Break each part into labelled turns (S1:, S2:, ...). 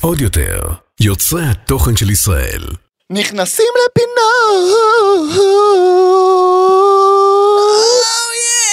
S1: עוד יותר, יוצרי התוכן של ישראל.
S2: נכנסים
S3: Oh,
S2: לפינות.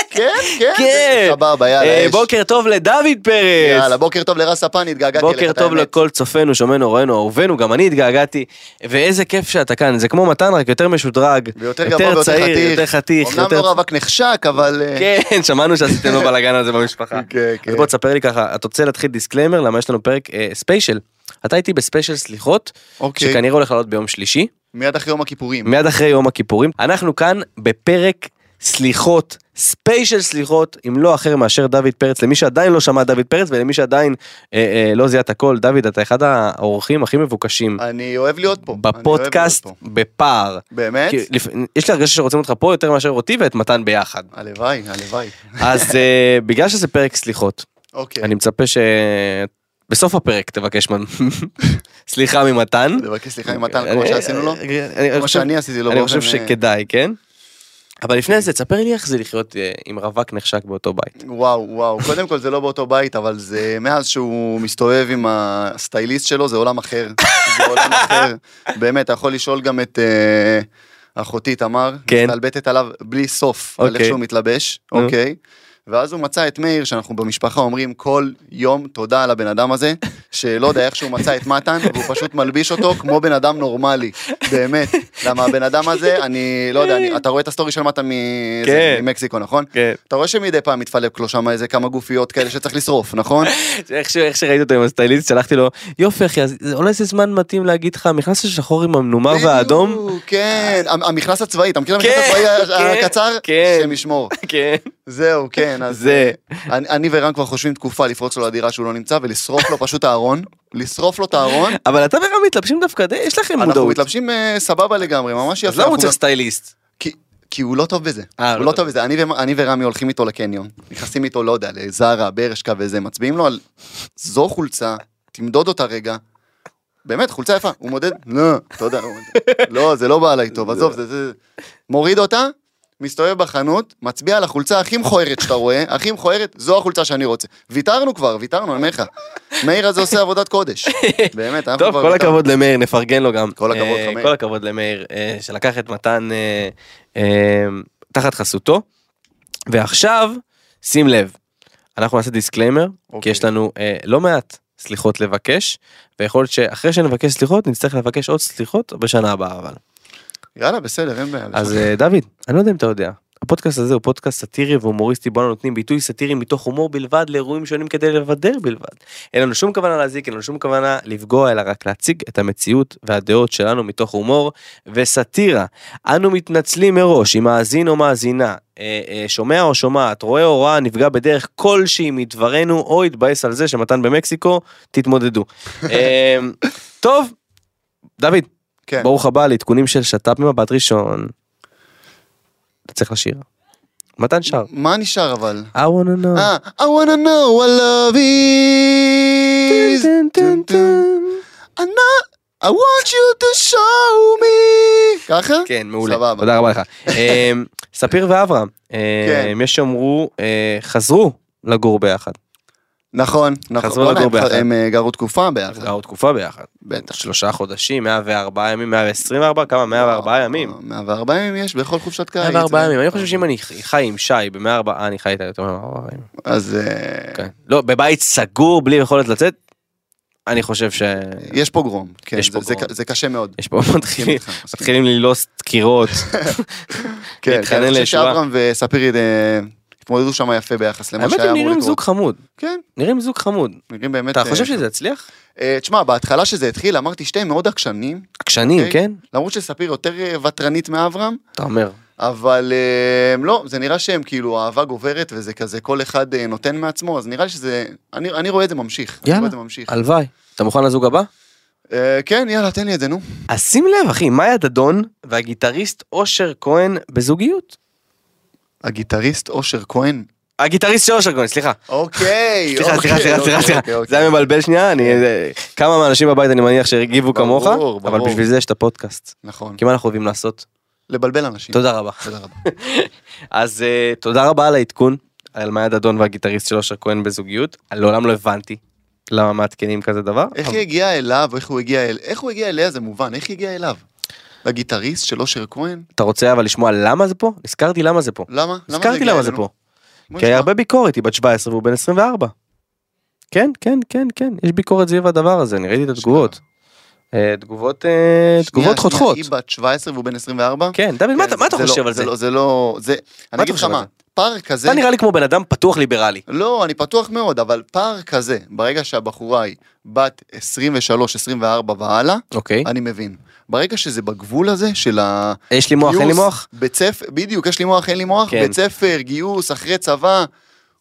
S2: כן, כן,
S3: כן.
S2: סבבה, יאללה,
S3: אה,
S2: יש.
S3: בוקר טוב לדוד פרץ.
S2: יאללה, בוקר טוב לרס הפן, התגעגעתי אליך.
S3: בוקר
S2: את
S3: טוב
S2: האמת.
S3: לכל צופינו, שומענו, רואינו, אהובינו, גם אני התגעגעתי, ואיזה כיף שאתה כאן, זה כמו מתן, רק יותר משודרג,
S2: ויותר גבוה ויותר
S3: צעיר,
S2: חתיך.
S3: יותר חתיך,
S2: אמנם
S3: יותר-
S2: לא רווק נחשק, אבל... אה,
S3: כן, שמענו שעשיתם לו בלאגן הזה במשפחה.
S2: כן, כן.
S3: אז בוא תספר לי ככה, אתה רוצה להתחיל דיסקליימר, למה יש לנו פרק אה, ספיישל. אתה הייתי בספיישל סליחות,
S2: אוקיי.
S3: שכנראה הולך לעלות ביום שלישי,
S2: מיד אחרי יום הכיפורים.
S3: מיד אחרי יום הכיפורים. אנחנו כאן בפרק סליחות, ספיישל סליחות, אם לא אחר מאשר דוד פרץ, למי שעדיין לא שמע דוד פרץ ולמי שעדיין אה, אה, לא זיהה את הכל, דוד, אתה אחד האורחים הכי מבוקשים
S2: אני אוהב להיות פה. אה, אני אוהב להיות
S3: בפודקאסט
S2: פה.
S3: בפער.
S2: באמת?
S3: כי לפ- יש לי הרגשה שרוצים אותך פה יותר מאשר אותי ואת מתן ביחד.
S2: הלוואי, הלוואי.
S3: אז אה, בגלל שזה פרק סליחות,
S2: אוקיי.
S3: אני מצפה שבסוף הפרק תבקש מנ- סליחה ממתן. אה,
S2: לבקש סליחה עם מתן, כמו
S3: אני-
S2: שעשינו לו.
S3: אני- אה, אני
S2: כמו
S3: חושב-
S2: שאני עשיתי לו
S3: אני
S2: באופן,
S3: חושב
S2: אה,
S3: שכדאי, כן? לא אבל לפני זה, תספר לי איך זה לחיות אה, עם רווק נחשק באותו בית.
S2: וואו, וואו. קודם כל זה לא באותו בית, אבל זה מאז שהוא מסתובב עם הסטייליסט שלו, זה עולם אחר. זה עולם אחר. באמת, אתה יכול לשאול גם את אה, אחותי תמר.
S3: כן.
S2: מסתלבטת עליו בלי סוף, על
S3: אוקיי.
S2: איך שהוא מתלבש,
S3: נו.
S2: אוקיי? ואז הוא מצא את מאיר, שאנחנו במשפחה אומרים כל יום תודה על הבן אדם הזה, שלא יודע איך שהוא מצא את מתן, והוא פשוט מלביש אותו כמו בן אדם נורמלי, באמת. למה הבן אדם הזה, אני לא יודע, אני, אתה רואה את הסטורי של מתן מ...
S3: כן.
S2: זה, ממקסיקו, נכון?
S3: כן.
S2: אתה רואה שמדי פעם מתפלפ לו שם איזה כמה גופיות כאלה שצריך לשרוף, נכון?
S3: איך ש- איך שראיתי אותו עם הסטייליסט, שלחתי לו, יופי אחי, אז זה- אולי זה זמן מתאים להגיד לך, המכנס השחור עם המנומר והאדום?
S2: בדיוק, כן, המ- המכנס הצבאי, אתה מכיר את
S3: כן,
S2: המכנס הצבאי ה-
S3: כן,
S2: הקצר?
S3: כן.
S2: שם ישמור.
S3: כן.
S2: זהו, כן, אז...
S3: זה.
S2: אני, אני ורן כבר חושבים תקופה לפרוץ לו לדירה שהוא לא נמצא ולשרוף לו פשוט את הארון, לשרוף לו את הארון.
S3: אבל אתה ורם מתלבשים דווקא די, יש לכם
S2: אנחנו
S3: מודעות.
S2: מתלבשים אה, סבבה לגמרי, ממש יפה.
S3: אז למה הוא
S2: אנחנו
S3: צריך
S2: גם-
S3: סטייליסט?
S2: כי- כי הוא לא טוב בזה.
S3: אה,
S2: הוא לא טוב בזה. אני ו- אני ורמי הולכים איתו לקניון, נכנסים איתו, לא יודע, לזרה, ברשקה וזה, מצביעים לו על זו חולצה, תמדוד אותה רגע. באמת, חולצה יפה, הוא מודד, לא, תודה, הוא מודד. לא, זה לא בא עליי טוב, עזוב, זה, זה, מוריד אותה, מסתובב בחנות, מצביע על החולצה הכי מכוערת שאתה רואה, הכי מכוערת, זו החולצה שאני רוצה. ויתרנו כבר, ויתרנו, אני אומר לך. מאיר הזה עושה עבודת קודש, באמת, אנחנו
S3: טוב,
S2: כבר
S3: כל
S2: ויתרנו.
S3: הכבוד למאיר, נפרגן לו גם.
S2: לא- כל הכבוד
S3: אה,
S2: לך, מאיר.
S3: כל הכבוד למאיר, אה, שלקח את מתן אה, אה, תחת חסותו. ועכשיו, שים לב, אנחנו נעשה דיסקליימר, כי
S2: אוקיי.
S3: יש לנו אה, לא מעט סליחות לבקש, ויכול להיות שאחרי שנבקש סליחות, נצטרך לבקש עוד סליחות בשנה הבאה אבל.
S2: יאללה, בסדר, אין בעיה.
S3: אז אה, דוד, אני לא יודע אם אתה יודע. הפודקאסט הזה הוא פודקאסט סאטירי והומוריסטי בו אנו נותנים ביטוי סאטירי מתוך הומור בלבד לאירועים שונים כדי לבדר בלבד. אין לנו שום כוונה להזיק, אין לנו שום כוונה לפגוע, אלא רק להציג את המציאות והדעות שלנו מתוך הומור וסאטירה. אנו מתנצלים מראש אם מאזין או מאזינה, אה, אה, שומע או שומעת, רואה או רואה, נפגע בדרך כלשהי מדברנו או התבאס על זה שמתן במקסיקו, תתמודדו. אה, טוב, דוד,
S2: כן.
S3: ברוך הבא לעדכונים של שת"פ ממבט ראשון. אתה צריך לשיר. מתן שר.
S2: מה נשאר אבל?
S3: I wanna know.
S2: אה, I wanna know what love is.
S3: טן, טן, טן.
S2: I know- I want you to show me. ככה?
S3: כן, מעולה.
S2: סבבה.
S3: תודה רבה לך. אמ, ספיר ואברהם,
S2: כן.
S3: אמ, יש שאמרו, אה, חזרו לגור ביחד.
S2: נכון, נכון.
S3: חזרו
S2: בואנה,
S3: לגור
S2: הם ח-
S3: ביחד.
S2: הם אה, גרו תקופה ביחד.
S3: גרו תקופה ביחד.
S2: בטח.
S3: שלושה חודשים, 104 ימים, 124, כמה? 104
S2: נכון.
S3: ימים.
S2: 104 אה, ימים יש בכל חופשת קיץ.
S3: 104
S2: אה?
S3: ימים, אני חושב שאם אני חי עם שי ב-104, אני חי איתה יותר מ-104 ימים.
S2: אז אה,
S3: כן. לא, בבית סגור, בלי יכולת לצאת, אני חושב ש...
S2: יש פוגרום. כן,
S3: יש
S2: זה- זה
S3: פוגרום.
S2: ק- זה קשה מאוד. כן,
S3: יש פה מתחילים,
S2: איתך, מסכים.
S3: מתחילים ללעוס דקירות.
S2: כן,
S3: להתחנן
S2: כן, אני חושב
S3: לישועה.
S2: שאברהם וספיר אה, התמודדו שם יפה ביחס למה
S3: האמת
S2: שהיה
S3: הם
S2: אמור
S3: נראים
S2: לקרות.
S3: זוג חמוד,
S2: כן,
S3: נראים זוג חמוד.
S2: נראים באמת...
S3: אתה
S2: אה,
S3: חושב שזה יצליח?
S2: אה, תשמע, בהתחלה שזה התחיל, אמרתי שתיהם מאוד עקשנים,
S3: עקשנים,
S2: אוקיי.
S3: כן?
S2: למרות שספיר יותר אה, ותרנית מאברהם,
S3: אתה אומר.
S2: אבל אה, הם לא, זה נראה שהם כאילו אהבה גוברת וזה כזה כל אחד אה, נותן מעצמו, אז נראה לי שזה, אני, אני רואה את זה ממשיך. אני
S3: יאללה.
S2: רואה את זה ממשיך.
S3: הלוואי. אתה מוכן לזוג הבא?
S2: אה, כן, יאללה, תן לי את זה, נו.
S3: אז אה, שים לב, אחי, מאיה דדון והגיטריסט אושר כהן בזוגיות.
S2: הגיטריסט אושר כהן.
S3: הגיטריסט של אושר כהן, סליחה.
S2: אוקיי,
S3: סליחה,
S2: אוקיי,
S3: סליחה, סליחה,
S2: אוקיי,
S3: סליחה, סליחה.
S2: אוקיי, אוקיי.
S3: זה היה מבלבל שנייה, אני... אה, כמה מהאנשים בבית אני מניח שהגיבו
S2: ברור,
S3: כמוך,
S2: ברור.
S3: אבל בשביל זה יש את הפודקאסט.
S2: נכון.
S3: כי מה אנחנו אוהבים לעשות?
S2: לבלבל אנשים.
S3: תודה רבה.
S2: תודה רבה.
S3: אז אה, תודה רבה על העדכון. על מעיין דדון והגיטריסט של אושר כהן בזוגיות, לעולם לא הבנתי למה מעדכנים כזה דבר.
S2: איך היא הגיעה אליו, איך הוא הגיע אל... איך הוא הגיע אליה זה מובן, איך היא הגיעה אליו? לגיטריסט של אושר כהן?
S3: אתה רוצה אבל לשמוע למה זה פה? נזכרתי למה זה פה.
S2: למה? למה זה
S3: נזכרתי
S2: הגיע
S3: למה זה
S2: אלינו?
S3: פה.
S2: בוא
S3: כי היה
S2: נשמע.
S3: הרבה ביקורת, היא בת 17 והוא בן 24. כן, כן, כן, כן, יש ביקורת סביב הדבר הזה, אני ראיתי את התגובות. אה, תגובות, אה,
S2: שנייה,
S3: תגובות
S2: שנייה,
S3: חותכות.
S2: היא בת 17 והוא בן 24?
S3: כן, דוד, מה אתה- מה אתה
S2: זה
S3: חושב
S2: לא-
S3: על זה?
S2: לא- זה לא... זה... אני אגיד לך
S3: חושב על
S2: מה, פער כזה...
S3: אתה נראה לי כמו בן אדם פתוח ליברלי.
S2: לא, אני פתוח מאוד, אבל פער כזה, ברגע שהבחורה היא בת 23, 24 והלאה,
S3: אוקיי.
S2: אני מבין. ברגע שזה בגבול הזה של ה...
S3: יש לי מוח, אין לי מוח?
S2: בית ספר, בדיוק, יש לי מוח, אין לי מוח,
S3: כן.
S2: בית ספר, גיוס, אחרי צבא,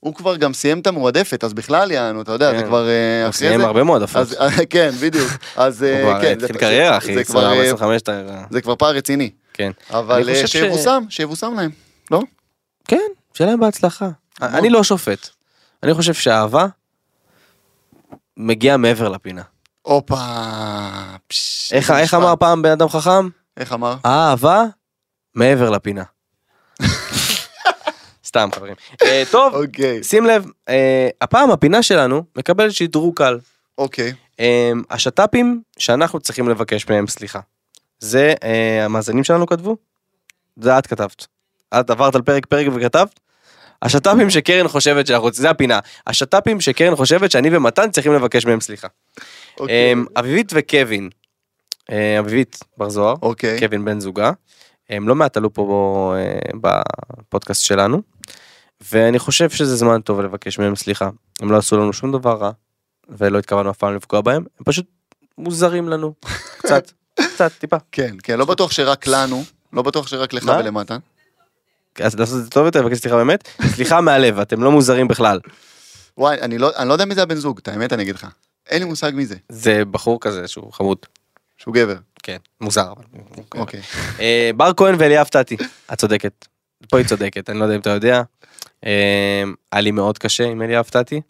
S2: הוא כבר גם סיים את המועדפת, אז בכלל יענו, אתה יודע, זה
S3: כן.
S2: כבר אה,
S3: הוא
S2: אחרי
S3: סיים
S2: זה.
S3: הרבה מאוד הפוך.
S2: אז, כן, בדיוק. אז אה,
S3: הוא כבר
S2: כן, זה-
S3: התחיל קריירה, אחי,
S2: זה כבר, אה,
S3: 25 אתה...
S2: זה כבר פער רציני.
S3: כן.
S2: אבל
S3: אני
S2: אה,
S3: חושב ש-
S2: שיבושם, שיבושם להם, לא?
S3: כן, שיהיה להם בהצלחה. אני לא שופט. אני חושב שאהבה מגיעה מעבר לפינה.
S2: הופה.
S3: איך- איך אמר פעם בן אדם חכם?
S2: איך אמר?
S3: אהבה מעבר לפינה. סתם חברים. אה, טוב,
S2: אוקיי.
S3: שים לב, אה, הפעם הפינה שלנו מקבלת שדרוג קל.
S2: אוקיי.
S3: אה, השת"פים שאנחנו צריכים לבקש מהם סליחה. זה אה, המאזינים שלנו כתבו? זה את כתבת. את עברת על פרק פרק וכתבת? השת"פים שקרן חושבת שאנחנו, זה הפינה. השת"פים שקרן חושבת שאני ומתן צריכים לבקש מהם סליחה.
S2: אוקיי.
S3: אמ, אביבית וקווין, אה, אביבית בר זוהר,
S2: אוקיי.
S3: קווין בן זוגה, הם לא מעט עלו פה בו, אה, בפודקאסט שלנו, ואני חושב שזה זמן טוב לבקש מהם סליחה. הם לא עשו לנו שום דבר רע, ולא התכוונו אף פעם לפגוע בהם, הם פשוט מוזרים לנו, קצת, קצת, טיפה.
S2: כן, כן, לא בטוח שרק לנו, לא בטוח שרק לך
S3: מה?
S2: ולמטה.
S3: אז לעשות את זה טוב יותר, לבקש סליחה באמת, סליחה מהלב, אתם לא מוזרים בכלל.
S2: וואי, אני לא אני לא יודע מי זה הבן זוג, את האמת אני אגיד לך. אין לי מושג מי זה,
S3: זה בחור כזה שהוא חמוד,
S2: שהוא גבר.
S3: כן, מוזר. אבל-
S2: אוקיי.
S3: אה, בר כהן ואליאב טאטי, את צודקת. פה היא צודקת, אני לא יודע אם אתה יודע. אה, היה לי מאוד קשה עם אליאב טאטי,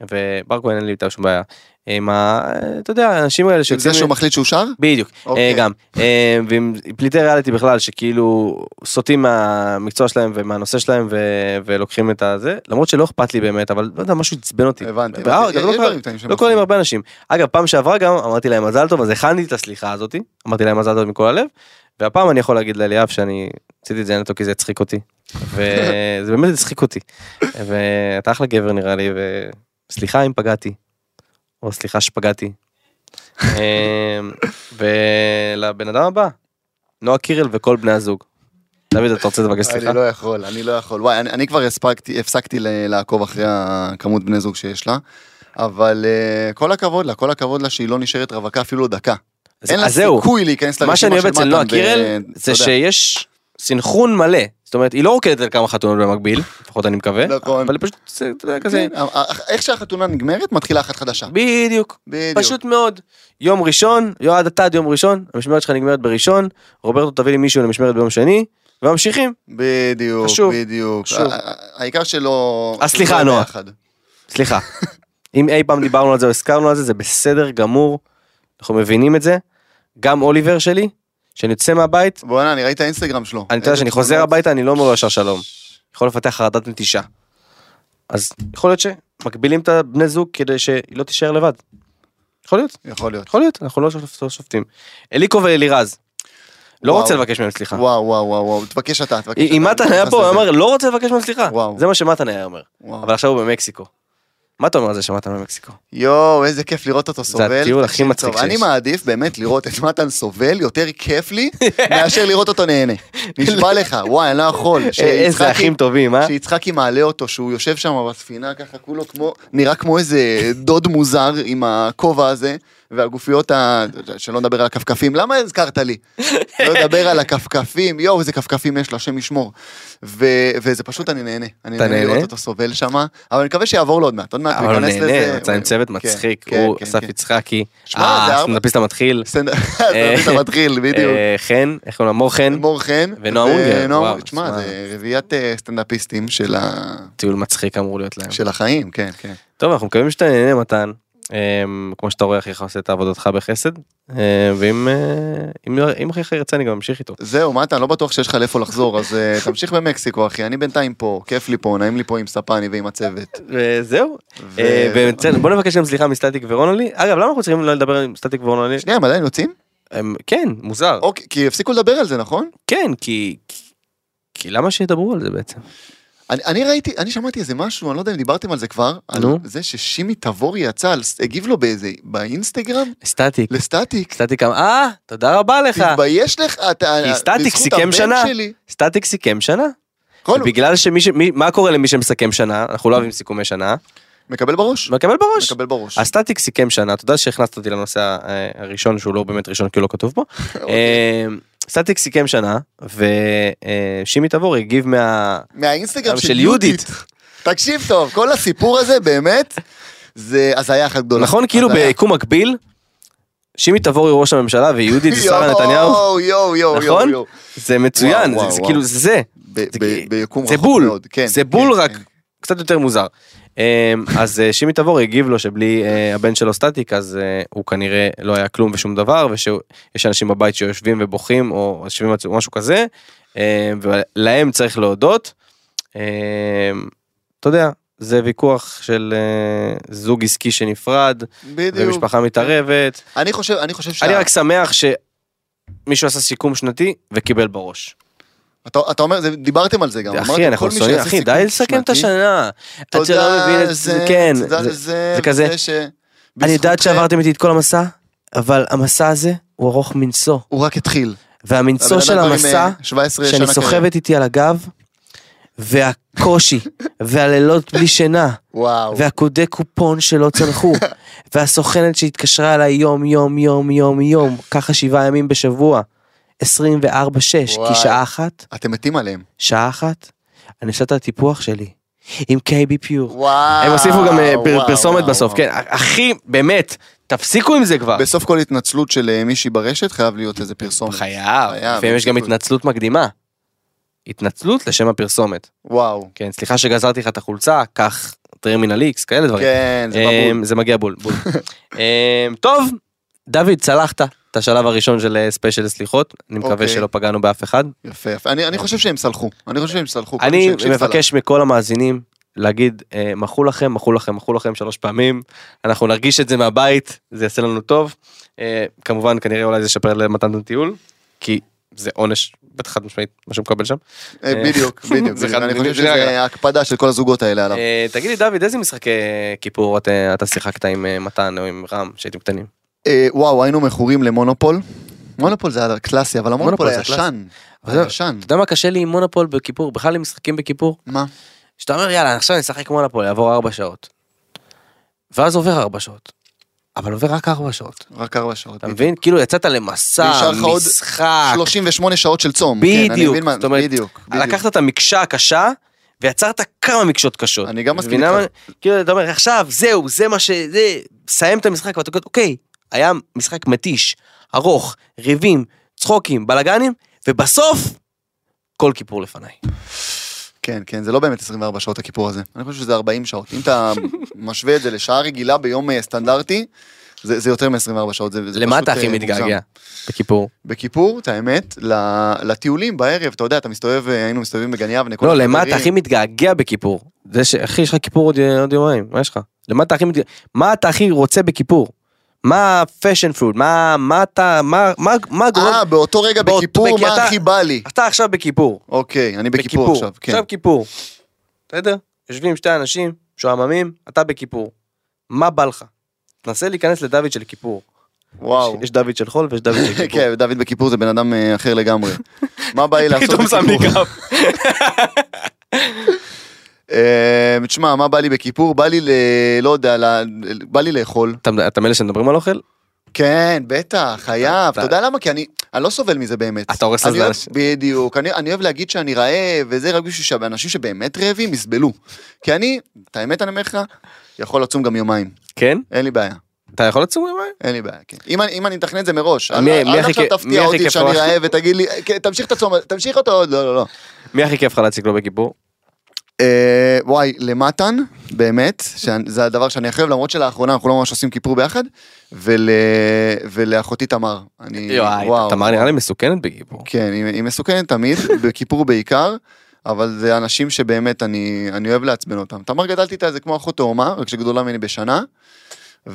S3: ובר כהן אין לי איתה שום בעיה. אה, עם ה... אתה יודע, האנשים האלה
S2: של זה
S3: שיוצאים...
S2: שהוא מחליט שהוא שר?
S3: בדיוק, אה,
S2: אוקיי.
S3: גם. אה, ועם פליטי ריאליטי בכלל, שכאילו סוטים מהמקצוע שלהם ומהנושא שלהם ו- ולוקחים את הזה, למרות שלא אכפת לי באמת, אבל לא יודע, משהו עצבן אותי.
S2: הבנתי.
S3: אה,
S2: הבנתי.
S3: גם לא
S2: יש
S3: קרה-
S2: דברים קטנים
S3: לא
S2: שמפריעים.
S3: קוראים הרבה אנשים. אגב, פעם שעברה גם אמרתי להם מזל טוב, אז הכנתי את הסליחה הזאתי, אמרתי להם מזל טוב מכל הלב, והפעם אני יכול להגיד לאליאב שאני עשיתי את זה נטו כי זה הצחיק אותי, וזה באמת הצחיק אותי, ואתה אחלה גבר נראה לי, וסליחה אם פגעתי, או סליחה שפגעתי. אמ, ולבן אדם הבא, נועה קירל וכל בני הזוג. דוד, אתה רוצה לבקש סליחה?
S2: אני לא יכול, אני לא יכול. וואי, אני, אני כבר הספקתי, הפסקתי ל- לעקוב אחרי הכמות בני זוג שיש לה, אבל uh, כל הכבוד לה, כל הכבוד לה שהיא לא נשארת רווקה אפילו דקה.
S3: אז-
S2: אין לה
S3: אז זהו.
S2: סיכוי להיכנס
S3: מה שאני
S2: לרשימה
S3: אוהב
S2: של
S3: אצל
S2: מתן.
S3: נועה
S2: ו-
S3: קירל
S2: אתה
S3: זה
S2: יודע.
S3: שיש סינכרון מלא זאת אומרת היא לא רוקדת על כמה חתונות במקביל לפחות אני מקווה
S2: נכון.
S3: אבל היא פשוט זה, אתה יודע, כזה
S2: כן, ה- ה- איך שהחתונה נגמרת, מתחילה אחת חדשה.
S3: בדיוק
S2: כן. בדיוק.
S3: פשוט מאוד יום ראשון יועד אתה עד יום ראשון המשמרת שלך נגמרת בראשון רוברטו תביא לי מישהו למשמרת ביום שני וממשיכים
S2: בדיוק,
S3: חשוב,
S2: בדיוק.
S3: חשוב.
S2: ה- ה- העיקר שלא...
S3: אז
S2: שלא
S3: סליחה,
S2: יהיה
S3: נועה.
S2: ביחד.
S3: סליחה אם אי פעם דיברנו על זה או הזכרנו על זה זה בסדר גמור אנחנו מבינים את זה גם אוליבר שלי שאני יוצא מהבית
S2: בואנה, אני ראיתי את האינסטגרם שלו.
S3: אני אתה יודע
S2: איזה
S3: שאני
S2: תמונות.
S3: חוזר הביתה אני לא אומר לו ישר שלום. יכול לפתח חרדת נטישה. אז יכול להיות שמגבילים את הבני זוג כדי שהיא לא תישאר לבד. יכול להיות,
S2: יכול להיות.
S3: יכול להיות, אנחנו לא שופ- לא שופטים. אליקו ואלירז. לא
S2: וואו.
S3: רוצה לבקש מהם סליחה.
S2: וואו, וואו, וואו, וואו, תבקש אתה, תבקש אתה.
S3: אם מתן
S2: אני
S3: היה
S2: נכנס
S3: פה הוא
S2: לזה.
S3: אמר לא רוצה לבקש מהם סליחה.
S2: וואו.
S3: זה מה שמתן היה אומר.
S2: וואו. אה,
S3: אבל עכשיו הוא במקסיקו. מה אתה אומר על זה שמתן במקסיקו?
S2: יואו, איזה כיף לראות אותו סובל.
S3: הטיול הכי
S2: תקשיב,
S3: מצחיק
S2: טוב, אני
S3: שיש.
S2: מעדיף באמת לראות את מתן סובל, יותר כיף לי, מאשר לראות אותו נהנה. נשבע לך, וואי, אני לא יכול.
S3: איזה
S2: שיצחקי-
S3: אה, אחים טובים אה?
S2: שיצחקי מעלה אותו, שהוא יושב שם בספינה ככה, כולו כמו, נראה כמו איזה דוד מוזר עם הכובע הזה, והגופיות ה... שלא נדבר על הכפכפים, למה הזכרת לי? לא נדבר על הכפכפים, יואו, איזה כפכפים יש לו, השם ישמור. ו- וזה פשוט, אני נהנה. אני
S3: אתה
S2: נהנה
S3: נהנה?
S2: לראות אותו סובל שם, אבל אני מקווה שיעבור לו עוד מעט, עוד מעט הוא
S3: אבל הוא
S2: ייכנס לזה.
S3: נהנה, הוא יצא עם
S2: הוא-
S3: צוות
S2: כן,
S3: מצחיק,
S2: כן,
S3: הוא
S2: כן,
S3: אסף
S2: כן.
S3: יצחקי,
S2: שמע, זה
S3: אה,
S2: ארבע-
S3: הסטנדאפיסט המתחיל,
S2: סטנד- סטנדאפיסט המתחיל, בדיוק.
S3: אה, חן, איך קוראים לה? מור חן,
S2: מור חן.
S3: ונועה אונגר,
S2: ונועה-
S3: וואו,
S2: תשמע,
S3: שמע.
S2: זה רביעיית אה, סטנדאפיסטים של ה-
S3: טיול מצחיק אמור להיות להם.
S2: של החיים, כן, כן.
S3: טוב אנחנו מקווים שאתה נהנה מתן אמ, כמו שאתה רואה אחיך עושה את עבודתך בחסד, אה, ואם אה, אם- אם אחיך ירצה אני גם אמשיך איתו.
S2: זהו, מה אתה, אני לא בטוח שיש לך לאיפה לחזור, אז אה, תמשיך במקסיקו, אחי, אני בינתיים פה, כיף לי פה, נעים לי פה עם ספני ועם הצוות.
S3: וזהו,
S2: ו-
S3: אה, ובצד- בוא נבקש גם סליחה מסטטיק ורונלי, אגב למה אנחנו צריכים לא לדבר עם סטטיק ורונלי?
S2: שנייה, הם עדיין יוצאים?
S3: הם- כן, מוזר,
S2: אוקיי, כי הפסיקו לדבר על זה, נכון?
S3: כן, כי... כי- כי למה שידברו על זה בעצם?
S2: אני, אני ראיתי, אני שמעתי איזה משהו, אני לא יודע אם דיברתם על זה כבר, על
S3: נו.
S2: זה ששימי תבורי יצא, על- הגיב לו באיזה, באינסטגרם?
S3: סטטיק,
S2: לסטטיק.
S3: סטטיק אמר, אה, תודה רבה לך,
S2: תתבייש לך, אתה, אה,
S3: כי סטטיק
S2: בזכות
S3: סיכם
S2: הבן
S3: שנה.
S2: שלי.
S3: סטטיק סיכם שנה,
S2: כל-
S3: בגלל שמי ש... מי- מה קורה למי שמסכם שנה, אנחנו לא אוהבים סיכומי שנה,
S2: מקבל בראש.
S3: מקבל בראש.
S2: מקבל בראש.
S3: הסטטיק סיכם שנה, תודה שהכנסת אותי לנושא אה, הראשון שהוא לא באמת ראשון כי הוא לא כתוב פה.
S2: אוקיי.
S3: אה, סטטיק סיכם שנה ושימי תבור הגיב מה...
S2: מהאינסטגרם
S3: של יהודית.
S2: תקשיב טוב, כל הסיפור הזה באמת, זה הזיה אחת גדולה.
S3: נכון כאילו
S2: הזיה.
S3: ביקום מקביל, שימי תבור היא ראש הממשלה ויהודית היא שרה נתניהו,
S2: יואו, יואו, יואו, יואו,
S3: נכון?
S2: יואו.
S3: זה מצוין,
S2: וואו,
S3: זה- זה
S2: וואו,
S3: כאילו
S2: וואו.
S3: זה,
S2: ב-
S3: זה
S2: ב-
S3: כי-
S2: ביקום
S3: זה
S2: רחוק
S3: בול,
S2: מאוד, כן,
S3: זה
S2: כן,
S3: בול
S2: כן.
S3: רק קצת יותר מוזר. אה, אז אה, שימי תבור הגיב לו שבלי אה, הבן שלו סטטיק אז אה, הוא כנראה לא היה כלום ושום דבר ושיש אנשים בבית שיושבים ובוכים או יושבים או משהו כזה אה, ולהם צריך להודות. אה, אתה יודע זה ויכוח של אה, זוג עסקי שנפרד
S2: בדיוק.
S3: ומשפחה מתערבת
S2: אני חושב, אני חושב שה-
S3: אני רק שמח שמישהו עשה סיכום שנתי וקיבל בראש.
S2: אתה אתה אומר, זה- דיברתם על זה גם. אמרתם,
S3: אחי אנחנו
S2: כל מי
S3: שונאים
S2: שיעשה
S3: אחי
S2: סיכום
S3: די לסכם את
S2: שנתי,
S3: השנה. עד שלא
S2: תודה
S3: מבין את
S2: לזה,
S3: זה כן.
S2: תודה
S3: זה-
S2: לזה,
S3: זה כזה,
S2: וזה ש-
S3: אני יודעת
S2: בזכותכם-
S3: שעברתם איתי את כל המסע אבל המסע הזה הוא ארוך מנשוא
S2: הוא רק התחיל. הבן
S3: והמנשוא
S2: אדם
S3: של
S2: כבר עם,
S3: המסע
S2: אה, 17 שנה
S3: שאני סוחבת איתי על הגב והקושי והלילות בלי שינה
S2: וואו.
S3: והקודי קופון שלא צלחו והסוכנת שהתקשרה אליי יום יום יום יום יום ככה שבעה ימים בשבוע 24-6 כי
S2: וואי.
S3: שעה אחת
S2: אתם מתים עליהם.
S3: שעה אחת, אני עושה את הטיפוח שלי עם קייבי פיור.
S2: וואו.
S3: הם הוסיפו גם אה, פר-
S2: וואו,
S3: פרסומת
S2: וואו,
S3: בסוף,
S2: וואו.
S3: כן, אחי, באמת, תפסיקו עם זה כבר.
S2: בסוף כל התנצלות של אה, מישהי ברשת חייב להיות איזה פרסומת.
S3: חייב,
S2: חייב,
S3: לפעמים יש גם
S2: בסיכוי.
S3: התנצלות מקדימה. התנצלות לשם הפרסומת.
S2: וואו.
S3: כן, סליחה שגזרתי לך את החולצה, קח טרמינל איקס, כאלה דברים.
S2: כן, זה
S3: אמ,
S2: מבול.
S3: זה מגיע בול. בול. אמ, טוב, דוד, צלחת את השלב הראשון של אה, ספיישל סליחות, אני מקווה
S2: אוקיי.
S3: שלא פגענו באף אחד.
S2: יפה, יפה. אני אני חושב שהם סלחו. אני חושב שהם סלחו. כל מי
S3: אני
S2: שהקשיב
S3: מבקש מכל המאזינים להגיד אה, מחו לכם, מחו לכם, מחו לכם שלוש פעמים, אנחנו נרגיש את זה מהבית, זה יעשה לנו טוב. אה, כמובן כנראה אולי זה ישפר למתן הטיול, כי זה עונש, בטח חד משמעית, מה שהוא מקבל שם.
S2: סלח. אה, בדיוק, בדיוק.
S3: זה
S2: בדיוק.
S3: אחד-
S2: אני
S3: בדיוק,
S2: חושב
S3: זה רק-
S2: שזה הקפדה של כל הזוגות האלה עליו.
S3: אה, תגיד לי דוד, איזה משחקי כיפור אתה אתה שיחקת עם אה, מתן או עם רם כשהייתם קטנים?
S2: אה, וואו, היינו מכורים למונופול. מונופול זה הקלאסי, אבל
S3: מונופול
S2: המונופול
S3: זה
S2: הישן.
S3: אבל זה-
S2: הישן.
S3: אתה יודע מה קשה לי עם מונופול בכיפור, בכלל עם משחקים בכיפור?
S2: מה?
S3: שאתה אומר יאללה עכשיו אני אשחק מונופול, יעבור ארבע שעות. ואז עובר ארבע שעות. אבל עובר רק ארבע שעות.
S2: רק ארבע שעות.
S3: אתה מבין? כאילו יצאת למסע,
S2: ונשאר לך עוד
S3: משחק,
S2: 38 שעות של צום. כן, אני
S3: בדיוק,
S2: מבין מה-
S3: זאת אומרת, אה,
S2: בדיוק. בדיוק.
S3: לקחת את המקשה הקשה ויצרת כמה מקשות קשות.
S2: אני גם מסכים
S3: מבינה
S2: איתך.
S3: מה- כאילו אתה אומר עכשיו זהו זה מה ש... זה, סיים את המשחק ואתה אומר אוקיי, היה משחק מתיש, ארוך, ריבים, צחוקים, בלאגנים, ובסוף כל כיפור לפניי.
S2: כן, כן, זה לא באמת 24 שעות הקיפור הזה. אני חושב שזה 40 שעות. אם אתה משווה את זה לשעה רגילה ביום אה, סטנדרטי, זה, זה יותר מ-24 שעות. זה, זה
S3: למה
S2: פשוט,
S3: אתה הכי
S2: אה, מוגזם.
S3: מתגעגע? בכיפור.
S2: בכיפור, את האמת, ל- לטיולים בערב, אתה יודע, אתה מסתובב, אה, היינו מסתובבים בגן יבנה. כל
S3: לא, למה
S2: החברים.
S3: אתה הכי מתגעגע בכיפור? זה ש... אחי, יש לך כיפור עוד, אה, עוד יומיים, מה יש לך? למה אתה הכי מתגעגע? מה אתה הכי רוצה בכיפור? מה פשן פוד? מה, מה אתה, מה, מה, מה גורם?
S2: אה, באותו רגע
S3: באות-
S2: בכיפור,
S3: בכי-
S2: מה
S3: אתה-
S2: הכי בא לי?
S3: אתה עכשיו בכיפור.
S2: אוקיי, אני בכיפור עכשיו, כן.
S3: עכשיו כיפור. בסדר? יושבים שתי אנשים, שועממים, אתה בכיפור. מה בא לך? תנסה להיכנס לדוד של כיפור.
S2: וואו.
S3: יש דוד של חול ויש דוד של כיפור.
S2: כן, דוד בכיפור זה בן אדם אה, אחר לגמרי. מה בא לי לעשות
S3: פתאום שם לי
S2: בכיפור?
S3: גרף.
S2: אה, תשמע, מה בא לי בכיפור? בא לי ל... לא יודע, ל- בא לי לאכול.
S3: אתה- אתה מאלה שמדברים על אוכל?
S2: כן, בטח, חייב.
S3: אתה-
S2: אתה יודע למה? כי אני אני לא סובל מזה באמת.
S3: אתה הורס
S2: אני
S3: אז
S2: אוהב-
S3: לאנשים.
S2: בדיוק. אני אני אוהב להגיד שאני רעב, וזה רק בשביל שאנשים שבאמת רעבים יסבלו. כי אני, את האמת אני אומר לך, יכול לצום גם יומיים.
S3: כן?
S2: אין לי בעיה.
S3: אתה יכול לצום יומיים?
S2: אין לי בעיה, כן. אם אני, אם אני מתכנן את זה מראש,
S3: מי-
S2: אל
S3: מי
S2: אל
S3: הכי
S2: עכשיו
S3: כיף- מי
S2: תפתיע
S3: הכי
S2: אותי
S3: כיף
S2: שאני
S3: לך?
S2: רעב ותגיד לי, "כן, תמשיך את הצום, הזה, תמשיך אותו עוד, לא, לא, לא.
S3: מי הכי כיף לך להציג לו בכיפור?
S2: אה, וואי, למתן, באמת, שזה הדבר שאני הכי אוהב, למרות שלאחרונה אנחנו לא ממש עושים כיפור ביחד, ול... ולאחותי תמר. אני,
S3: יואי, כאילו, תמר נראה לי מסוכנת בגיבור.
S2: כן, היא, היא מסוכנת תמיד, בכיפור בעיקר, אבל זה אנשים שבאמת אני, אני אוהב לעצבן אותם. תמר גדלתי איתה זה כמו אחות תאומה, רק שגדולה ממני בשנה,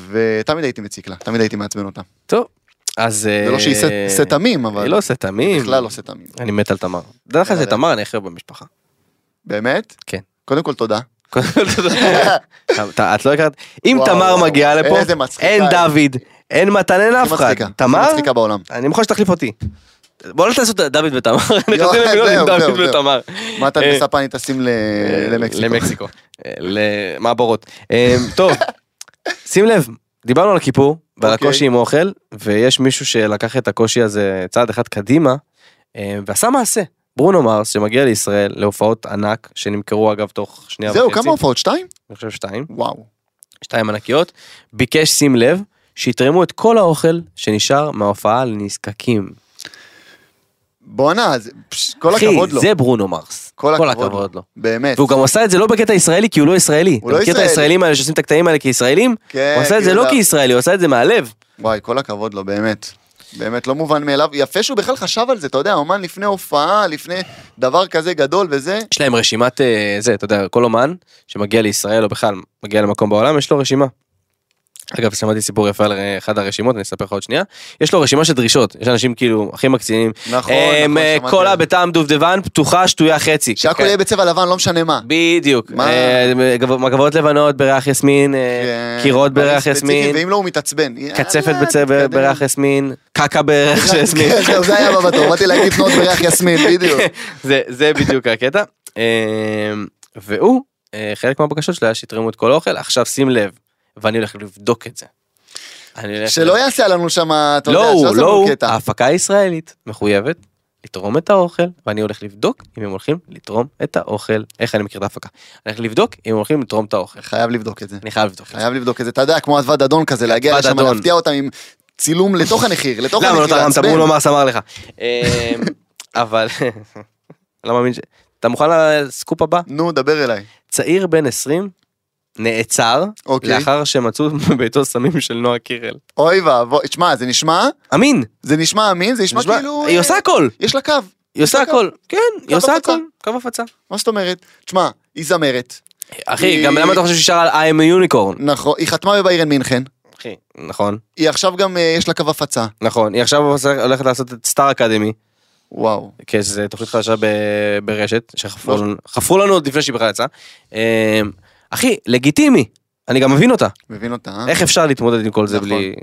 S2: ותמיד הייתי מציק לה, תמיד הייתי מעצבן אותה.
S3: טוב, אז...
S2: זה לא שהיא סט- סט תמים, אבל...
S3: אה, היא לא עושה תמים.
S2: היא בכלל לא סט תמים.
S3: אני מת על תמר. דע לך
S2: יאללה,
S3: שתמר אני הכי אוהב במשפחה.
S2: באמת?
S3: כן.
S2: קודם כל תודה.
S3: קודם כל, אתה- אתה- את לא הכרת, אם
S2: וואו,
S3: תמר
S2: וואו,
S3: מגיעה לפה,
S2: איזה מצחיקה
S3: אין
S2: היא.
S3: דוד, אין מתן, אין אף
S2: הכי
S3: אחד.
S2: מצחיקה, הכי
S3: תמר,
S2: מצחיקה בעולם.
S3: אני מוכן שתחליף אותי. בוא לא תעשו את דוד ותמר, נכנסים
S2: זהו,
S3: למיליון עם
S2: זהו,
S3: דוד
S2: זהו.
S3: ותמר.
S2: מה אתה
S3: אה,
S2: בספני טסים ל- למקסיקו?
S3: למקסיקו. אה, למעבורות. אה, טוב, שים לב, דיברנו על הכיפור ועל
S2: אוקיי.
S3: הקושי עם אוכל, ויש מישהו שלקח את הקושי הזה צעד אחד קדימה, אה, ועשה מעשה. ברונו מרס שמגיע לישראל להופעות ענק שנמכרו אגב תוך שנייה
S2: זהו,
S3: וחצי.
S2: כמה הופעות? שתיים?
S3: אני חושב שתיים.
S2: וואו.
S3: שתיים ענקיות. ביקש שים לב שיתרמו את כל האוכל שנשאר מההופעה לנזקקים.
S2: בואנה, אז פש, כל
S3: אחי,
S2: הכבוד לו.
S3: זה ברונו מרס.
S2: כל הכבוד לו. באמת.
S3: והוא גם עשה את זה לא בקטע ישראלי כי הוא לא ישראלי.
S2: הוא לא
S3: אתה מכיר את
S2: ישראלי.
S3: הישראלים האלה שעושים את הקטעים האלה כישראלים?
S2: כן,
S3: הוא עשה את זה
S2: כאילו
S3: לא
S2: לה-
S3: כישראלי, הוא עשה את זה מהלב.
S2: וואי, כל הכבוד לו, באמת. באמת, לא מובן מאליו. יפה שהוא בכלל חשב על זה, אתה יודע, אומן לפני הופעה, לפני דבר כזה גדול וזה.
S3: יש להם רשימת אה, זה, אתה יודע, כל אומן שמגיע לישראל או בכלל מגיע למקום בעולם, יש לו רשימה. אגב, שמעתי סיפור יפה על אה, אחת הרשימות, אני אספר לך עוד שנייה. יש לו רשימה של דרישות, יש אנשים כאילו הכי מקצינים.
S2: נכון,
S3: אה,
S2: נכון,
S3: אה,
S2: שמעתי
S3: קולה
S2: על זה.
S3: בטעם דובדבן, פתוחה, שטויה, חצי. כן.
S2: שהכל יהיה בצבע לבן, לא משנה מה.
S3: בדיוק.
S2: מה?
S3: אה, גב- מגבות לבנות בריח יסמין, אה,
S2: כן,
S3: קירות
S2: דברים
S3: בריח
S2: ספציפיים,
S3: יסמין,
S2: ואם לא, הוא מתעצבן. יאללה,
S3: קצפת בצבע-
S2: תתקדם.
S3: בריח יסמין, קקה בריח יסמין. כן,
S2: כן, זהו, זה היה הבא בתור, באתי להגיד תנות בריח יסמין, בדיוק.
S3: זה- זה בדיוק הקטע. אה, והוא, אה, חלק מהבקשות שלו היה שיתרמו את כל האוכל, עכשיו שים לב, ואני הולך לבדוק את זה. אני הולך-
S2: שלא יעשה לנו שם, אתה יודע,
S3: כן.
S2: שלא
S3: לא הוא,
S2: יעשה
S3: לא
S2: לנו
S3: הוא,
S2: קטע.
S3: ההפקה הישראלית מחויבת לתרום את האוכל, ואני הולך לבדוק אם הם הולכים לתרום את האוכל, איך אני מכיר את ההפקה. אני הולך לבדוק אם הם הולכים לתרום את האוכל.
S2: חייב לבדוק את זה.
S3: אני חייב לבדוק את זה.
S2: חייב לבדוק את זה, אתה יודע, כמו אדוה דדון כזה, להגיע
S3: אדוה
S2: לשם,
S3: דדון.
S2: להפתיע אותם עם צילום לתוך הנחיר, לתוך
S3: למה לא
S2: הנחיר,
S3: תרמת?
S2: לעצבן.
S3: ברונו מרס אמר לך. אמ, אבל, לא מאמין ש... אתה מוכן לסקופ הבא?
S2: נו, דבר אליי.
S3: צעיר בן 20 נעצר
S2: אוקיי.
S3: לאחר שמצאו בביתו סמים של נועה קירל.
S2: אוי ואבוי, תשמע, זה נשמע,
S3: אמין!
S2: זה נשמע אמין, זה נשמע
S3: נשמע-
S2: כאילו...
S3: היא
S2: אה,
S3: עושה הכל!
S2: יש לה קו,
S3: היא עושה
S2: הפצה.
S3: הכל! כן, היא עושה
S2: הפצה.
S3: הכל! קו הפצה.
S2: מה זאת אומרת? תשמע, היא זמרת,
S3: אחי,
S2: היא-
S3: גם למה אתה חושב שהיא שרה על I am a unicorn?
S2: נכון, היא חתמה בביירן מינכן,
S3: אחי, נכון,
S2: היא עכשיו גם, אה, יש לה קו הפצה.
S3: נכון. היא עכשיו עושה- הולכת לעשות את סטאר אקדמי,
S2: וואו.
S3: כי זו תוכנית חדשה ב- ברשת, שחפרו
S2: לא.
S3: לנו- חפרו לנו עוד לפני שהיא בכלל יצאה. אמ, אחי, לגיטימי! אני גם מבין אותה.
S2: מבין אותה, אה?
S3: איך אפשר להתמודד עם כל זה
S2: נכון.
S3: בלי...